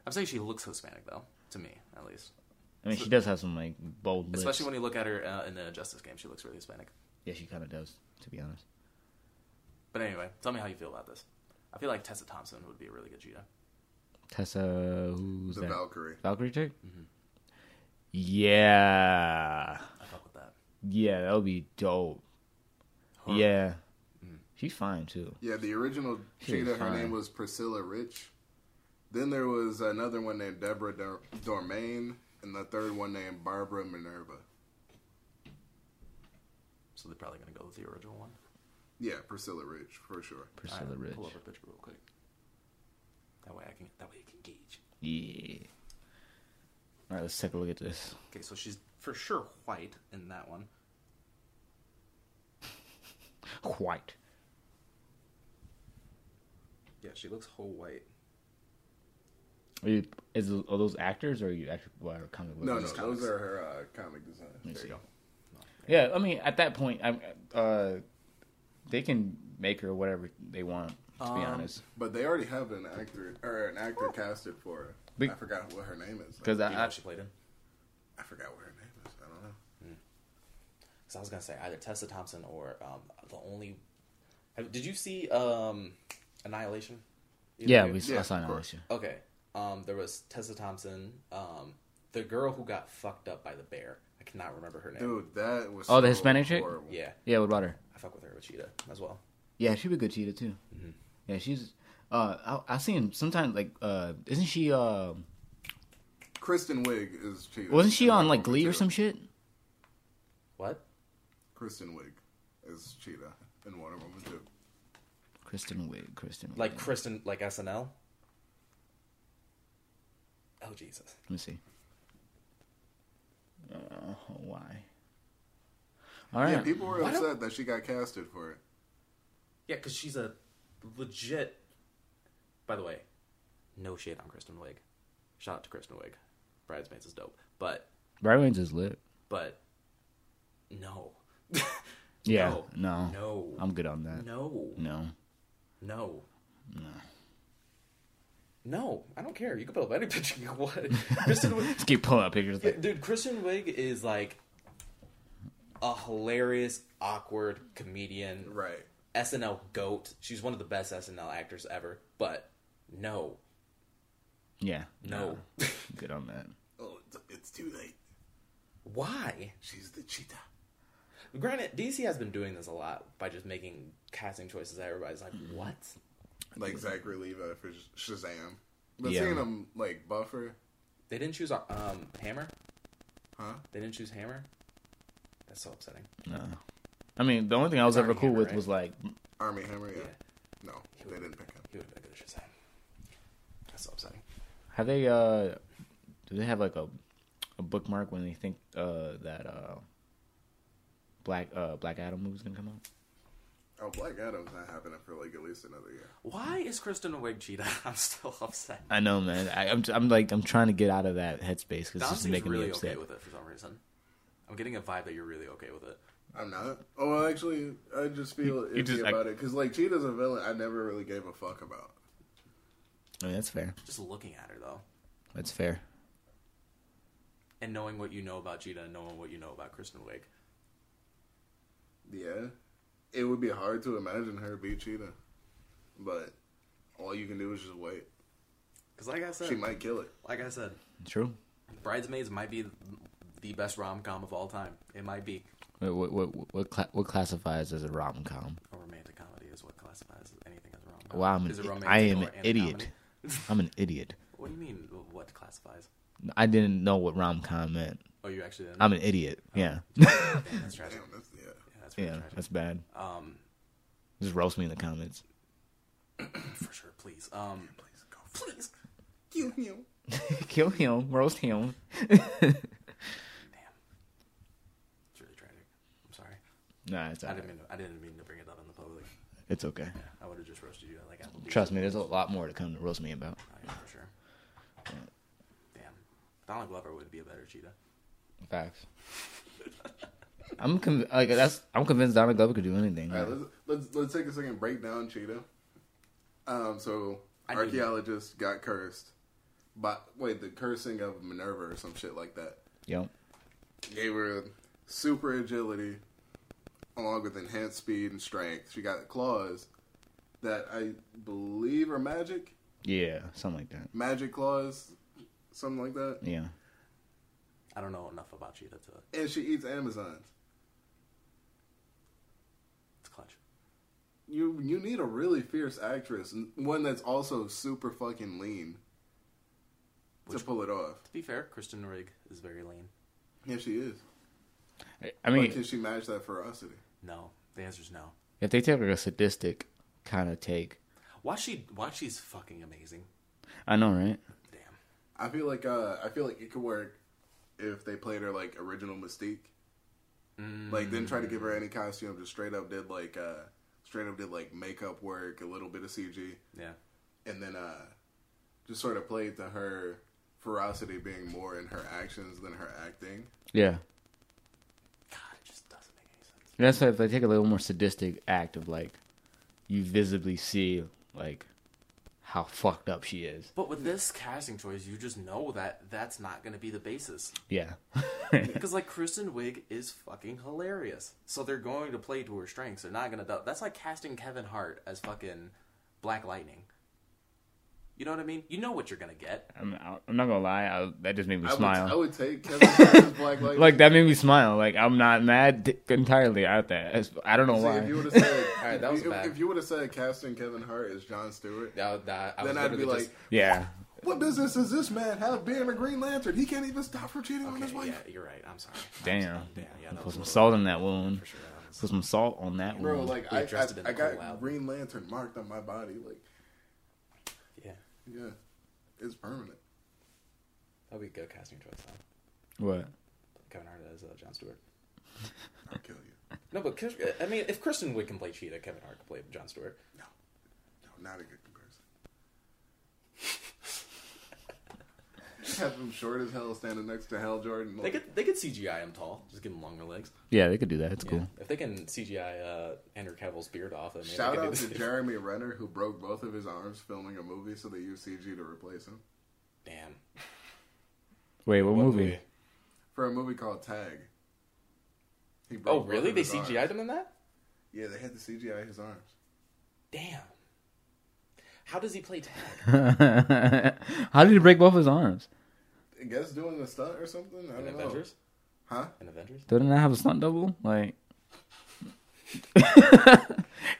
S1: I'm saying she looks Hispanic though, to me at least.
S2: I mean, she does have some like bold lips.
S1: Especially when you look at her uh, in the Justice game, she looks really Hispanic.
S2: yeah, she kind of does. To be honest,
S1: But anyway, tell me how you feel about this. I feel like Tessa Thompson would be a really good Cheetah.
S2: Tessa, who's
S3: The
S2: that?
S3: Valkyrie.
S2: Valkyrie chick. Yeah,
S1: I fuck with that.
S2: yeah, that would be dope.
S1: Her.
S2: Yeah,
S3: Hmm.
S2: she's fine too.
S3: Yeah, the original
S2: She was
S3: cheetah. Her
S2: fine.
S3: name was Priscilla Rich. Then there was another one named Deborah Dor- Dormain, and the third one named Barbara Minerva.
S1: So they're probably gonna go with the original one.
S3: Yeah, Priscilla Rich for sure.
S2: Priscilla
S1: Alright,
S2: Rich.
S1: Pull up a picture real quick. That way I can. That way you can gauge.
S2: Yeah. All right, let's take a look at this.
S1: Okay, so she's for sure white in that one.
S2: White.
S1: Yeah, she looks whole white.
S2: Are you, is are those actors or are you actually well, are comic book?
S3: No, no,
S2: artists?
S3: those are her uh, comic designs. There
S2: me
S3: you
S2: see.
S3: go.
S2: Yeah, I mean, at that point, I'm, uh, they can make her whatever they want. To be
S1: Um,
S2: honest,
S3: But they already have an actor or an actor casted for her.
S2: Be-
S3: I forgot what her name is.
S2: because
S1: Do you know
S2: I, I,
S1: what she played in?
S3: I forgot what her name is. I don't know.
S1: Because I was gonna say either Tessa Thompson or um, the only. Have- Did you see um, Annihilation? Either
S2: yeah,
S1: of you?
S2: we
S3: Yeah,
S2: I saw
S3: of
S2: an
S3: course.
S2: audition.
S1: Okay. Um, there was Tessa Thompson, um, the girl who got fucked up by the bear. I cannot remember her name.
S3: Dude, that was
S2: Oh, the
S3: so
S2: Hispanic chick?
S3: horrible.
S1: Yeah,
S2: Yeah, what about her?
S1: I fuck with her with Cheetah as well.
S2: Yeah, she'd be a good cheetah too.
S3: Mm-hmm.
S2: Yeah, she's. Uh, I I seen sometimes like uh, isn't she uh,
S3: Kristen Wiig is cheating.
S2: wasn't she on like Glee or some shit?
S1: What?
S3: Kristen Wiig is Cheetah in Wonder Woman too.
S2: Kristen Wiig, Kristen. Wiig.
S1: Like Kristen, like SNL. Oh Jesus!
S2: let me see. Uh, why? All
S3: Yeah,
S2: right.
S3: people were
S1: Why don't-
S3: upset that she got casted for it.
S1: Yeah, because she's a legit. By the way, no shade on Kristen Wiig. Shout out to Kristen Wiig. Bridesmaids is dope, but
S2: Bright Wayne's is lit.
S1: but no.
S2: Yeah.
S1: No.
S2: No.
S1: No.
S2: I'm good on that.
S1: no.
S2: No.
S1: No. No, I don't care. You can put up any picture you want. Kristen Wiig,
S2: Just keep pulling up pictures.
S1: yeah,
S2: Like,
S1: dude, Kristen Wiig is like a hilarious, awkward comedian.
S3: Right.
S1: SNL goat. She's one of the best SNL actors ever. But no,
S2: yeah.
S1: no.
S2: Good on that.
S3: Oh, it's, it's too late.
S1: Why?
S3: She's the Cheetah.
S1: Granted, DC has been doing this a lot by just making casting choices that everybody's like, what?
S3: Like Zachary Levi for Sh- Shazam. But
S2: Yeah.
S3: seeing him like buffer,
S1: They didn't choose um Hammer.
S3: huh?
S1: They didn't choose Hammer. That's so upsetting.
S2: No. I mean, the only thing I was
S1: It's
S2: ever
S1: already
S2: cool
S1: hammered,
S2: with
S1: right?
S2: was like,
S3: Army Hammer, yeah.
S1: Yeah.
S3: No, they didn't pick him.
S1: He would have been a good at Shazam. That's so upsetting.
S2: have they uh, do they have like a a bookmark when they think uh that uh black uh Black Adam movie's gonna come out?
S3: Oh, Black Adam's not happening for like at least another year.
S1: Why is Kristen Wiig cheetah? I'm still upset.
S2: I know, man. I, I'm I'm like I'm trying to get out of that headspace because it's
S1: Don
S2: just
S1: seems
S2: making
S1: really
S2: me upset.
S1: okay with it for some reason. I'm getting a vibe that you're really okay with it.
S3: I'm not. Oh, actually, I just feel
S2: you
S3: iffy
S2: just- I-
S3: about it because like Cheetah's a villain I never really gave a fuck about.
S2: I mean, that's fair.
S1: Just looking at her though,
S2: That's fair.
S1: and knowing what you know about Cheetah, and knowing what you know about Kristen Wiig,
S3: Yeah, it would be hard to imagine her be Cheetah, but all you can do is just wait.
S1: because like I said,
S3: She might kill it.
S1: like I said,
S2: True.
S1: Bridesmaids might be the best rom com of all time. It might be
S2: What what what what, cla- what classifies as a rom com?
S1: a romantic comedy is what classifies anything as a rom com.
S2: Wow, I'm
S1: is it
S2: an,
S1: romantic
S2: I am
S1: or
S2: an idiot.
S1: anti-comedy?
S2: I'm an idiot.
S1: What do you mean? What classifies?
S2: I didn't know what rom com meant.
S1: Oh, you actually didn't.
S2: I'm an idiot. Yeah,
S1: Damn, Oh, that's tragic.
S3: Damn, that's yeah.
S1: Yeah, that's really
S2: yeah,
S1: tragic.
S2: that's bad.
S1: Um,
S2: Just roast me in the comments.
S1: for sure. Please. Um,
S3: Please go.
S1: please.
S3: Pew, pew.
S2: Kill him, roast him.
S1: Damn. It's really tragic. I'm sorry.
S2: Nah, it's
S1: I
S2: all
S1: didn't
S2: right.
S1: mean. To, I didn't mean to bring it up in the public.
S2: it's okay.
S1: Yeah, I would have just roasted you like Applebee's.
S2: Trust me, there's a lot more to come to roast me about.
S1: Oh, yeah, for sure. Damn. Donald Glover would be a better cheetah.
S2: Facts. I'm conv- like that's. I'm convinced Donald Glover could do anything.
S3: All right, let's, let's let's take a second and break down Cheetah. Um, so
S1: I knew that.
S3: archaeologists got cursed, but wait, the cursing of Minerva or some shit like that.
S2: Yep.
S3: Gave her super agility, along with enhanced speed and strength. She got claws that I believe are magic,
S2: Yeah, something like that.
S3: magic claws, something like that.
S2: Yeah.
S1: I don't know enough about cheetah to.
S3: And she eats Amazons.
S1: It's clutch.
S3: You you need a really fierce actress, and one that's also super fucking lean to pull it off.
S1: To be fair, Kristen Rigg is very lean.
S3: Yeah, she is.
S2: I- I
S3: But
S2: mean,
S3: can she match that ferocity?
S1: No, the answer's no.
S2: if they take like a sadistic kind of take,
S1: Why she? Why she's fucking amazing.
S2: I know, right?
S1: Damn.
S3: I feel like uh, I feel like it could work if they played her like original Mystique.
S1: Mm,
S3: Like, didn't try to give
S2: Mm.
S3: her any costume. Just straight up did like uh, straight up did like makeup work, a little bit of CG,
S1: Yeah.
S3: and then uh, just sort of played to her ferocity being more in her actions than her acting.
S2: Yeah.
S1: God, it just doesn't make any sense.
S2: That's why if they take a little more sadistic act of like, you visibly see like how fucked up she is.
S1: But with this casting choice, you just know that that's not going to be the basis.
S2: Yeah.
S1: Because like Kristen Wiig is fucking hilarious, so they're going to play to her strengths. They're not going to. Du- that's like casting Kevin Hart as fucking Black Lightning. You know what I mean? You know what you're going to get.
S2: I'm, I'm not gonna lie. I, that just made me
S3: I
S2: smile.
S3: would I would take Kevin Hart's Black Lightning.
S2: like that made me smile. Like I'm not mad t- entirely at that. It's- I don't know
S3: See,
S2: why.
S3: if you would have said,
S1: Alright, that was
S3: if,
S1: bad.
S3: if you would have said casting Kevin Hart as John Stewart,
S1: That, that, I
S3: then I'd be like,
S2: yeah.
S3: What business does this man have being a Green Lantern? He can't even stop from cheating on his
S1: okay,
S3: wife.
S1: yeah, you're right. I'm sorry. I'm
S2: Damn.
S1: sorry. Damn. Yeah. That
S2: Put
S1: was
S2: some
S1: a
S2: salt on that wound.
S1: little- for sure. That was-
S2: Put some salt on that
S3: Bro,
S2: wound.
S3: like
S1: They
S3: I, I,
S1: dressed it in
S3: I
S1: a
S3: got
S1: cool album.
S3: Green Lantern marked on my body. Like,
S1: yeah.
S3: yeah, it's permanent.
S1: That'd be a good casting choice. Though.
S2: what?
S1: Kevin Hart as uh, John Stewart.
S3: I'll kill you.
S1: No, but Chris- uh, I mean, if Kristen Wiig can play Cheetah, Kevin Hart can play John Stewart.
S3: No, no, not a good comparison. Have him short as hell standing next to Hal Jordan.
S1: They
S3: Like,
S1: could they could CGI him tall, just give him longer legs.
S2: Yeah, they could do that. It's
S1: Yeah.
S2: cool.
S1: If they can CGI uh, Andrew Cavill's beard off, then maybe
S3: shout
S1: they could
S3: out
S1: do
S3: to
S1: this.
S3: Jeremy Renner who broke both of his arms filming a movie, so they used CG to replace him
S1: Damn.
S2: Wait, what,
S1: What
S2: movie?
S1: movie?
S3: for a movie called Tag. He broke
S1: Oh,
S3: both
S1: really?
S3: of
S1: They
S3: his arms.
S1: CGI'd him in that?
S3: Yeah, they had to CGI his arms.
S1: Damn. How does he play tag?
S2: How did he break both his arms?
S3: I guess doing a stunt or something. I
S1: In
S3: don't know.
S1: Avengers?
S3: Huh?
S1: In Avengers?
S2: Didn't I have a stunt double? Like,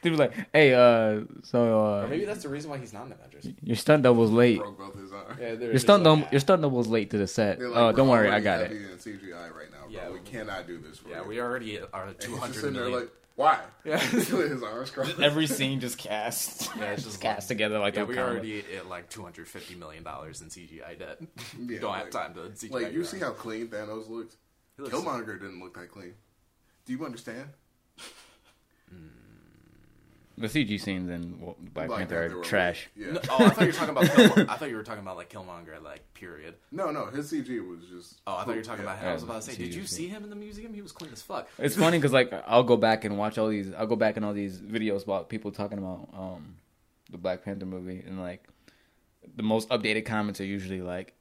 S2: they be like, "Hey, uh, so
S1: Or
S2: uh,
S1: maybe that's the reason why he's not in Avengers.
S2: your stunt double's late.
S3: Broke both his arms.
S1: Yeah,
S2: Your stunt double, your
S1: Yeah.
S2: stunt double's late to the set.
S3: They're
S2: Oh,
S3: like, "We're
S2: don't worry, I
S3: already
S2: got
S3: heavy
S2: it."
S3: In CGI right now, bro.
S1: Yeah,
S3: we
S1: we-
S3: cannot do this for
S1: Yeah,
S3: you.
S1: we already are
S3: And
S1: two
S3: he's just
S1: hundred
S3: sitting there
S1: million.
S3: like, why?
S1: Yeah.
S3: his arms crossed.
S2: Every scene just cast.
S1: Yeah, it's just like-
S2: together like
S1: yeah,
S2: a
S1: we
S2: combo.
S1: already at like two hundred fifty million dollars in CGI debt.
S3: Yeah,
S1: Don't have
S3: like-
S1: time to CGI.
S3: Like, you
S1: your
S3: see
S1: arms.
S3: how clean Thanos looks?
S1: He looks-
S3: Killmonger didn't look that clean. Do you understand?
S2: The CG scenes in Wa- Black,
S3: Black
S2: Panther
S3: Panther
S2: are
S3: were
S2: trash.
S3: weak. Yeah.
S1: No, oh, I thought you were talking about. Killmo- I thought you were talking about like Killmonger, like period.
S3: No, no, his CG was just.
S1: Oh, I thought you were talking
S3: Yeah.
S1: about him. I was
S2: Yeah,
S1: about to say, did you
S2: seriously.
S1: see him in the museum? He was clean as fuck.
S2: It's funny because like I'll go back and watch all these. I'll go back and all these videos about people talking about um the Black Panther movie and like the most updated comments are usually like,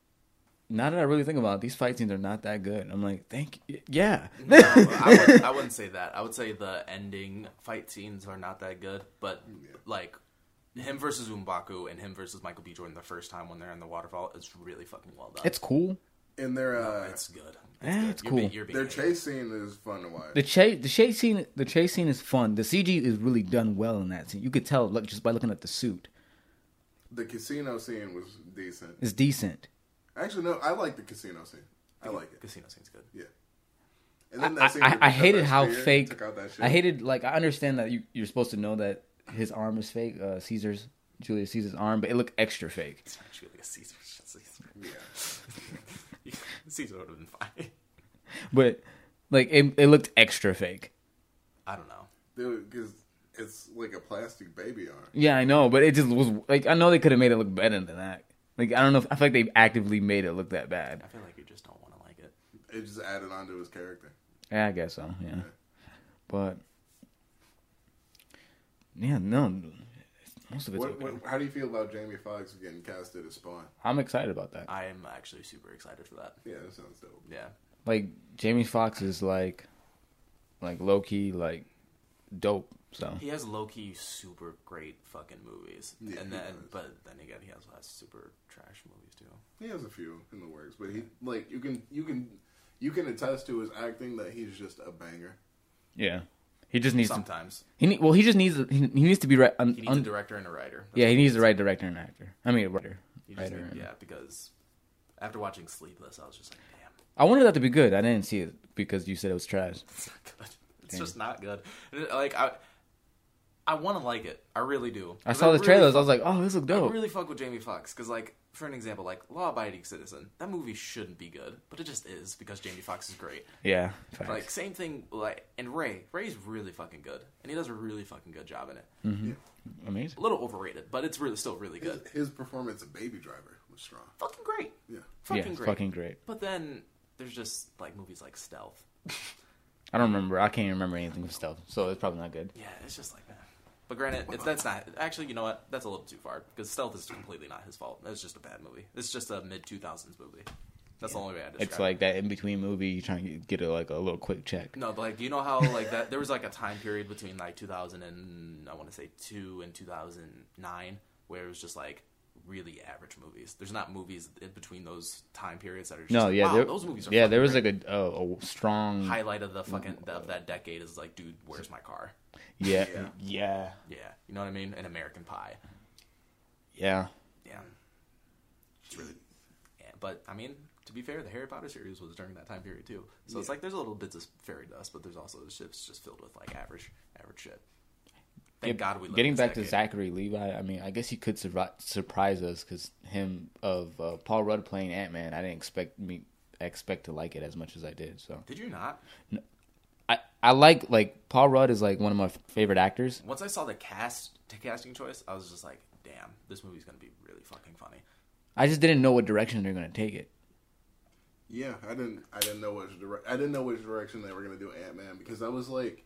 S2: "Now that I really think about it, these fight scenes are not that good." I'm like, "Thank y- yeah."
S1: No, I, wouldn't, I wouldn't say that. I would say the ending fight scenes are not that good, but like him versus Umbaku and him versus Michael B. Jordan the first time when they're in the waterfall is really fucking well done.
S2: It's cool.
S3: And their uh,
S1: it's good. It's,
S2: Yeah,
S1: good.
S2: it's
S1: You're being-
S2: cool.
S1: you're being
S3: their
S1: hated.
S3: chase scene is fun to watch.
S2: The chase, the chase scene, the chase scene is fun. The CG is really done well in that scene. You could tell look just by looking at the suit.
S3: The casino scene was decent.
S2: It's decent.
S3: Actually, no, I like the casino scene. I like it.
S1: Casino scene's good.
S3: Yeah. And then
S2: I,
S3: scene
S2: I,
S3: where
S2: I
S3: they took
S2: hated
S3: that
S2: how
S3: spear and
S2: fake.
S3: took out that shit.
S2: I hated like I understand that you, you're supposed to know that his arm is fake, uh, Caesar's Julius Caesar's arm, but it looked extra fake.
S1: It's actually like a Caesar. It's like-
S3: Yeah.
S1: Caesar would have been fine.
S2: But like it, it looked extra fake.
S1: I don't know.
S3: Because it's like a plastic baby arm.
S2: Yeah, I know, but it just was like I know they could have made it look better than that. Like I don't know, if, I feel like they actively made it look that bad.
S1: I feel like you just don't want to like it.
S3: It just added on to his character.
S2: Yeah, I guess so. Yeah, but yeah, no, most of it's
S3: What,
S2: okay.
S3: what, how do you feel about Jamie Foxx getting casted as Spawn?
S2: I'm excited about that.
S1: I am actually super excited for that.
S3: Yeah, that sounds dope.
S1: Yeah.
S2: like Jamie Foxx is like like low key like dope. So
S1: He has low key super great fucking movies,
S3: Yeah,
S1: and
S3: he
S1: then
S3: does.
S1: but then again he also has super trash movies too.
S3: He has a few in the works, but he like you can you can you can attest to his acting that he's just a banger.
S2: yeah, he just needs to.
S1: Sometimes
S2: He need, well, he just needs he, he needs to be right. Un,
S1: he needs
S2: un-
S1: a director and a writer. That's
S2: yeah, he
S1: what
S2: needs the right director and actor. I mean, writer.
S1: He just
S2: writer
S1: need-
S2: and-
S1: yeah, because after watching Sleepless, I was just like, damn,
S2: I wanted that to be good. I didn't see it because you said it was trash.
S1: it's not good. It's just not good. And it- Like I, I want to like it. I really do.
S2: I
S1: 'Cause
S2: saw the
S1: really
S2: trailers. I
S1: fuck-
S2: was like, oh, this look
S1: I
S2: dope.
S1: really fuck with Jamie Foxx because, like, for an example, like Law Abiding Citizen, that movie shouldn't be good, but it just is because Jamie Foxx is great.
S2: yeah, facts.
S1: Like same thing. Like and Ray, Ray's really fucking good, and he does a really fucking good job in it.
S2: amazing.
S1: A little overrated, but it's really still really
S3: His,
S1: good.
S3: his performance in Baby Driver was strong.
S1: Fucking great.
S3: Yeah,
S2: Mm. yeah,
S1: Fucking
S2: it's
S1: great.
S2: fucking great.
S1: But then there's just like movies like Stealth.
S2: I don't remember. I can't remember anything from Stealth, so it's probably not good.
S1: Yeah, it's just like that. But granted, it's, that's not actually. You know what? That's a little too far because Stealth is completely not his fault. It's just a bad movie. It's just a mid two thousands movie. That's the only way I describe
S2: It's
S1: it.
S2: like that in between movie. You trying to get a, like a little quick check.
S1: No, but like you know how like that there was like a time period between like 2000 and I want to say 2 and 2009 where it was just like really average movies. There's not movies in between those time periods that are just
S2: No,
S1: like,
S2: yeah,
S1: wow,
S2: there,
S1: those movies are
S2: yeah. There was
S1: like
S2: like a, a, a strong
S1: highlight of the fucking of that decade is like dude, where's my car?
S2: Yeah,
S3: Yeah.
S2: yeah,
S1: Yeah. You know what I mean? An American Pie.
S2: yeah.
S1: Yeah. It's really yeah, but I mean, to be fair, the Harry Potter series was during that time period too. So it's like there's a little bits of fairy dust, but there's also the shit's just filled with like average, average shit. Thank
S2: Yeah,
S1: God we live
S2: Getting
S1: in this
S2: back to
S1: decade.
S2: Zachary Levi, I mean, I guess he could surri- surprise us because him of uh, Paul Rudd playing Ant Man, I didn't expect me expect to like it as much as I did. So
S1: Did you not?
S2: I I like like Paul Rudd is like one of my f- favorite actors.
S1: Once I saw the cast the casting choice, I was just like, "Damn, this movie's gonna be really fucking funny."
S2: I just didn't know what direction they're gonna take it.
S3: yeah. I didn't I didn't know which dire- I didn't know which direction they were gonna do Ant Man because I was like,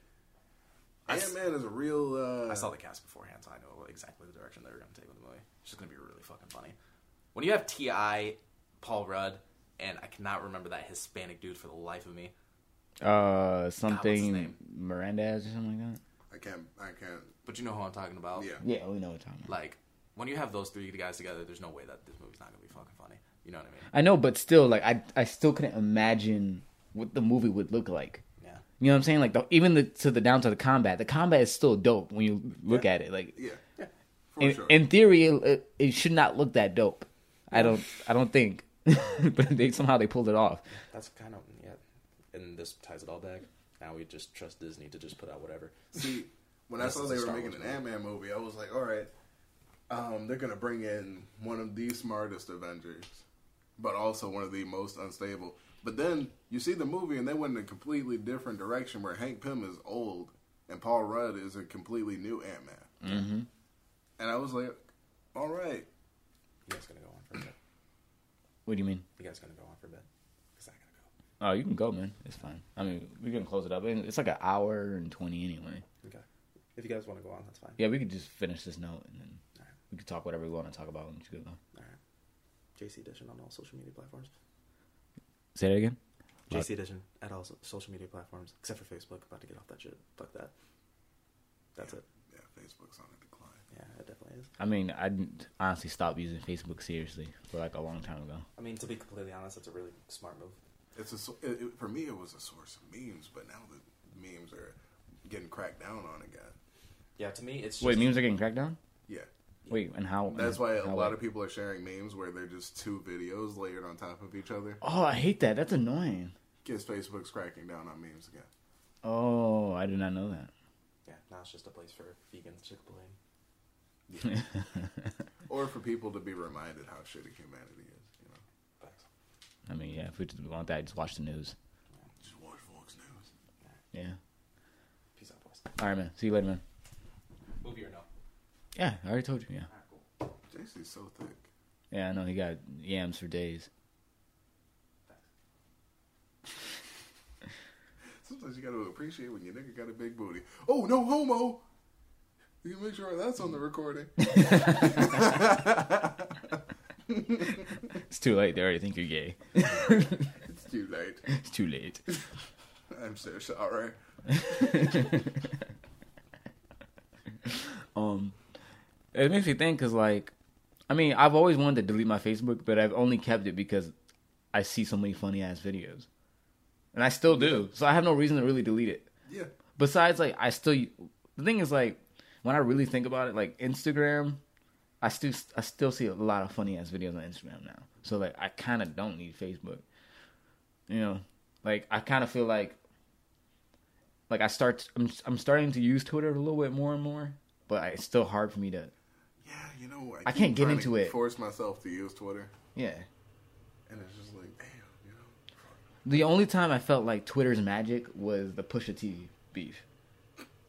S1: I s-
S3: Ant Man is a real. Uh,
S1: I saw the cast beforehand, so I know exactly the direction they were gonna take with the movie. It's just gonna be really fucking funny. When you have Ti, Paul Rudd, and I cannot remember that Hispanic dude for the life of me.
S2: Uh,
S1: his
S2: something
S1: name?
S2: Mirandez or something like that.
S3: I can't I can't.
S1: But you know who I'm talking about.
S3: Yeah.
S2: Yeah, we know what time.
S1: Like when you have those three guys together, there's no way that this movie's not gonna be fucking funny. You know what I mean?
S2: I know, but still, like I I still couldn't imagine what the movie would look like.
S1: Yeah.
S2: You know what I'm saying? Like the, even the, to the down to the combat, the combat is still dope when you look at it. Like
S3: Yeah. Yeah. For
S2: in,
S3: sure.
S2: in theory, it, it should not look that dope. I don't I don't think, but they somehow they pulled it off.
S1: That's kind of yeah. And this ties it all back. Now we just trust Disney to just put out whatever.
S3: See, when I
S1: This
S3: saw
S1: is
S3: they
S1: a
S3: were
S1: Star
S3: making
S1: Wars
S3: an
S1: movie.
S3: Ant Man movie, I was like, all right, um, they're gonna bring in one of the smartest Avengers, but also one of the most unstable. But then you see the movie, and they went in a completely different direction where Hank Pym is old and Paul Rudd is a completely new Ant Man.
S2: Mm-hmm.
S3: And I was like, all right.
S1: You guys gonna go on for a bit.
S2: What do you mean?
S1: You guys gonna go on for a bit. Cause I gotta go.
S2: Oh, you can go, man. It's fine. I mean, we can close it up. It's like an hour and twenty anyway.
S1: Okay. If you guys want to go on, that's fine.
S2: Yeah, we could just finish this note and then
S1: All right.
S2: we could talk whatever we want to talk about. And just go.
S1: All right. JC Edition on all social media platforms.
S2: Say that again. What?
S1: JC Edition at all so- social media platforms except for Facebook. About to get off that shit. Fuck that. That's it.
S3: Yeah, Facebook's on a decline.
S1: Yeah, it definitely is.
S2: I mean, I didn't honestly stopped using Facebook seriously for like a long time ago.
S1: I mean, to be completely honest, that's a really smart move.
S3: It's a, so- it, it, for me, it was a source of memes, but now the memes are getting cracked down on again.
S1: Yeah, to me, it's just,
S2: Wait, memes are getting cracked down?
S3: Yeah.
S2: Wait, and how?
S3: That's
S2: and
S3: why a
S2: how
S3: lot
S2: what?
S3: of people are sharing memes where they're just two videos layered on top of each other.
S2: Oh, I hate that. That's annoying.
S3: Guess Facebook's cracking down on memes again.
S2: Oh, I did not know that.
S1: yeah, now it's just a place for vegans to complain.
S3: Or for people to be reminded how shitty humanity is. You know,
S1: Facts.
S2: I mean, yeah, if we just want that, just watch the news.
S3: just watch Fox News.
S2: Yeah.
S1: Peace out, boys.
S2: All right, man. See you later, man.
S1: Movie or no?
S2: Yeah, I already told you. Yeah.
S1: Alright, cool.
S3: JC's so thick.
S2: Yeah, I know. He got yams for days.
S3: Sometimes you gotta appreciate when your nigga got a big booty. Oh, no homo! You can make sure that's on the recording.
S2: It's too late. They already think you're gay.
S3: It's too late.
S2: It's too late.
S3: I'm so sorry.
S2: Um, it makes me think because, like, I mean, I've always wanted to delete my Facebook, but I've only kept it because I see so many funny ass videos, and I still do. So I have no reason to really delete it.
S3: Yeah.
S2: Besides, like, I still the thing is like when I really think about it, like Instagram, I still I still see a lot of funny ass videos on Instagram now. So like, I kind of don't need Facebook. You know, like I kind of feel like like I start I'm I'm starting to use Twitter a little bit more and more, but I, it's still hard for me to
S3: Yeah, you know,
S2: I
S3: keep
S2: can't get
S3: trying
S2: into
S3: to
S2: it.
S3: force myself to use Twitter,
S2: yeah.
S3: and it's just like, damn, you know.
S2: The only time I felt like Twitter's magic was the Pusha T beef.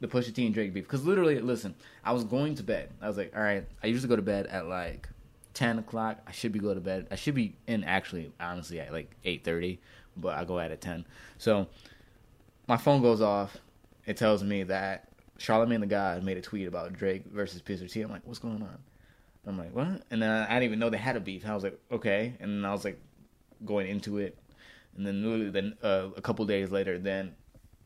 S2: The Pusha T and Drake beef. Because literally, listen, I was going to bed. I was like, all right, I usually go to bed at like 10 o'clock. I should be going to bed. I should be in actually, honestly, at like 8.30, but I go out at 10. So my phone goes off. It tells me that Charlamagne the God made a tweet about Drake versus Pusha T. I'm like, what's going on? I'm like, what? And then I didn't even know they had a beef. I was like, okay. And then I was like, going into it, and then literally then uh, a couple days later, then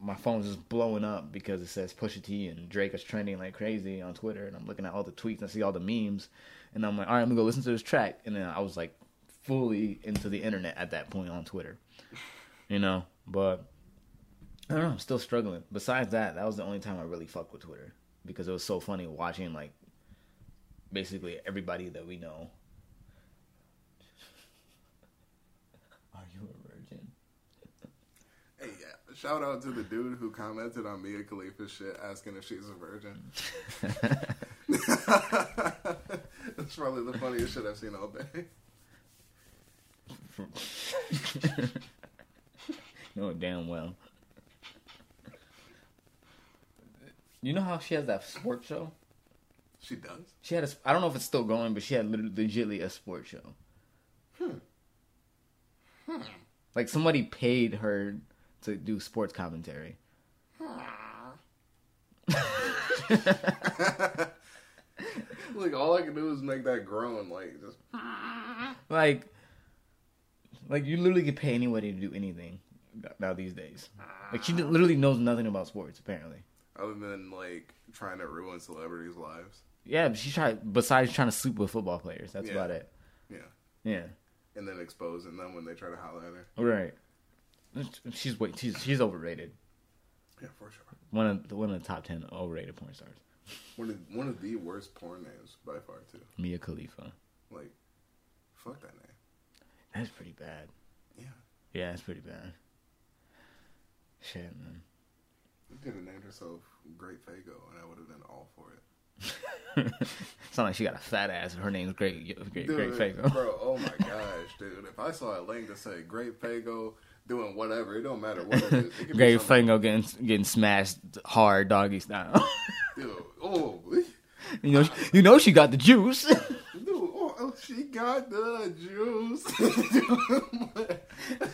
S2: my phone's just blowing up because it says Pusha T and Drake is trending like crazy on Twitter, and I'm looking at all the tweets and I see all the memes, and I'm like, all right, I'm gonna go listen to this track, and then I was like, fully into the internet at that point on Twitter, you know. But I don't know, I'm still struggling. Besides that, that was the only time I really fucked with Twitter because it was so funny watching like basically everybody that we know. Are you a virgin?
S3: Hey, yeah. Shout out to the dude who commented on Mia Khalifa's shit asking if she's a virgin. That's probably the funniest shit I've seen all day.
S2: No, damn well. You know how she has that sports show?
S3: She does.
S2: She had a, I don't know if it's still going, but she had lit- legitly a sports show. Like somebody paid her to do sports commentary.
S3: Like all I can do is make that groan, like just
S2: Like, like you literally could pay anybody to do anything now these days. Like she literally knows nothing about sports apparently.
S3: other than like trying to ruin celebrities' lives.
S2: Yeah, but she tried. Besides trying to sleep with football players, that's
S3: Yeah.
S2: about it.
S3: Yeah.
S2: Yeah,
S3: And then exposing them when they try to holler at her.
S2: right. She's wait. She's she's overrated.
S3: Yeah, for sure.
S2: One of the one of the top ten overrated porn stars.
S3: One of one of the worst porn names by far too.
S2: Mia Khalifa.
S3: Like, fuck that name.
S2: That's pretty bad.
S3: Yeah.
S2: Yeah, that's pretty bad. Shit, man.
S3: You could have named herself Great Fago, and I would have been all for it.
S2: It's not like she got a fat ass. Her name's Great Great Great
S3: Dude,
S2: Fago.
S3: Bro, oh my gosh, dude. If I saw a link that said Great Fago doing whatever, it don't matter what it is. It could be
S2: Great
S3: something-
S2: Fago getting getting smashed hard doggy style.
S3: Dude, oh,
S2: You know, you know she got the juice.
S3: Dude, oh, oh, she got the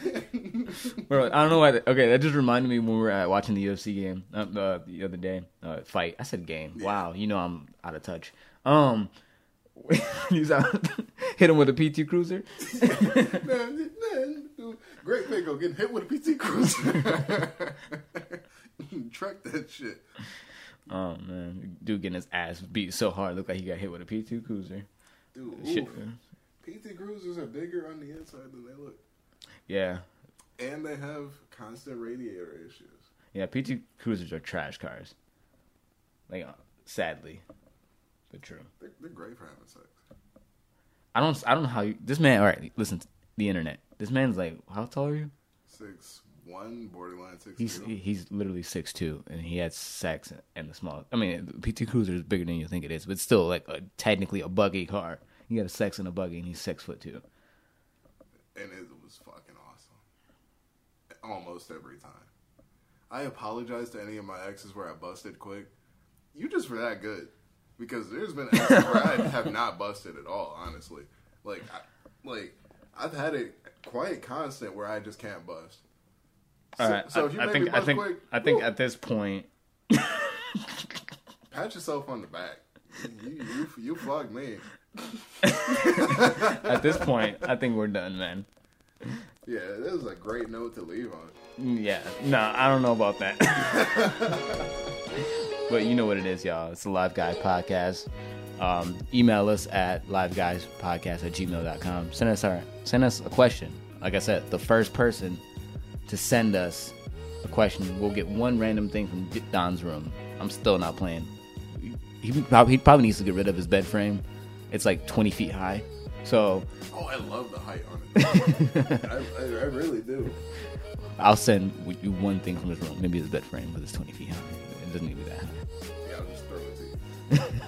S3: juice.
S2: Bro, I don't know why. That, okay, that just reminded me when we were uh, watching the UFC game um, uh, the other day. Uh, fight. I said game. Wow, you know I'm out of touch. Um, he's out. hit him with a PT Cruiser.
S3: man, man, dude, Great Mingo getting hit with a PT Cruiser. Track that shit.
S2: Oh man, dude getting his ass beat so hard, looked like he got hit with a PT Cruiser.
S3: Dude,
S2: Shit.
S3: oof. PT Cruisers are bigger on the inside than they look.
S2: Yeah,
S3: And they have constant radiator issues.
S2: yeah. PT Cruisers are trash cars. Like, uh, sadly, but true.
S3: They're, they're great for having sex.
S2: I don't. I don't know how you. This man. All right, listen. to The internet. This man's like, how tall are you?
S3: Six one, borderline six
S2: He's
S3: two.
S2: he's literally six two, and he had sex and the small. I mean, the PT Cruiser is bigger than you think it is, but it's still like a, technically a buggy car. You got a sex in a buggy, and he's six foot two.
S3: and it was fucking awesome. Almost every time. I apologize to any of my exes where I busted quick. You just were that good, because there's been exes where I have not busted at all. Honestly, like, I, like I've had it quite constant where I just can't bust.
S2: All right,
S3: so if you
S2: I, I
S3: make me
S2: think I
S3: buzz
S2: think
S3: quick,
S2: I think
S3: woo.
S2: at this point,
S3: Pat yourself on the back. You you you flogged me.
S2: at this point, I think we're done, man.
S3: Yeah, this is a great note to leave on.
S2: Yeah, no, I don't know about that. but you know what it is, y'all. It's the Live Guy Podcast. Um, email us at liveguyspodcast at gmail.com. Send us our send us a question. Like I said, the first person to send us a question will get one random thing from D- Don's room. I'm still not playing. He probably, he probably needs to get rid of his bed frame. It's like 20 feet high. So
S3: Oh, I love the height on it. I, I, I really do.
S2: I'll send you one thing from his room. Maybe his bed frame, but it's 20 feet high. It doesn't need to be that high.
S3: Yeah, I'll just throw it to you.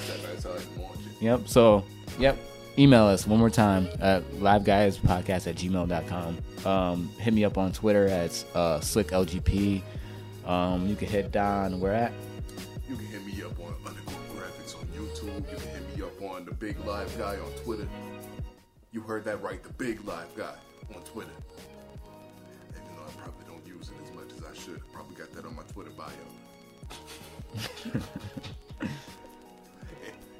S3: Step outside and launch it.
S2: Yep. So, yep. Email us one more time at liveguyspodcast at gmail.com. Um, hit me up on Twitter at uh, slicklgp. Um, you can hit Don. Where at?
S3: You can hit me up on Underground Graphics on YouTube. You can hit me up on The Big Live Guy on Twitter. You heard that right, The Big Live Guy on Twitter. Even though I probably don't use it as much as I should. I probably got that on my Twitter bio.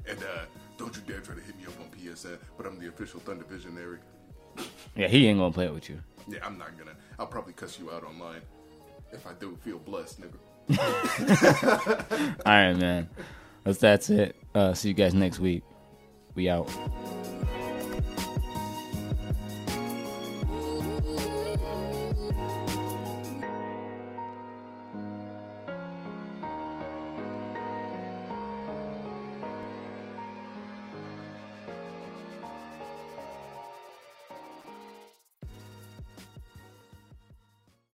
S3: and uh, don't you dare try to hit me up on PSN, but I'm the official Thunder Visionary.
S2: Yeah, he ain't gonna play it with you.
S3: Yeah, I'm not gonna. I'll probably cuss you out online. If I do, feel blessed, nigga.
S2: All right, man. That's, that's it. Uh, see you guys next week. We out.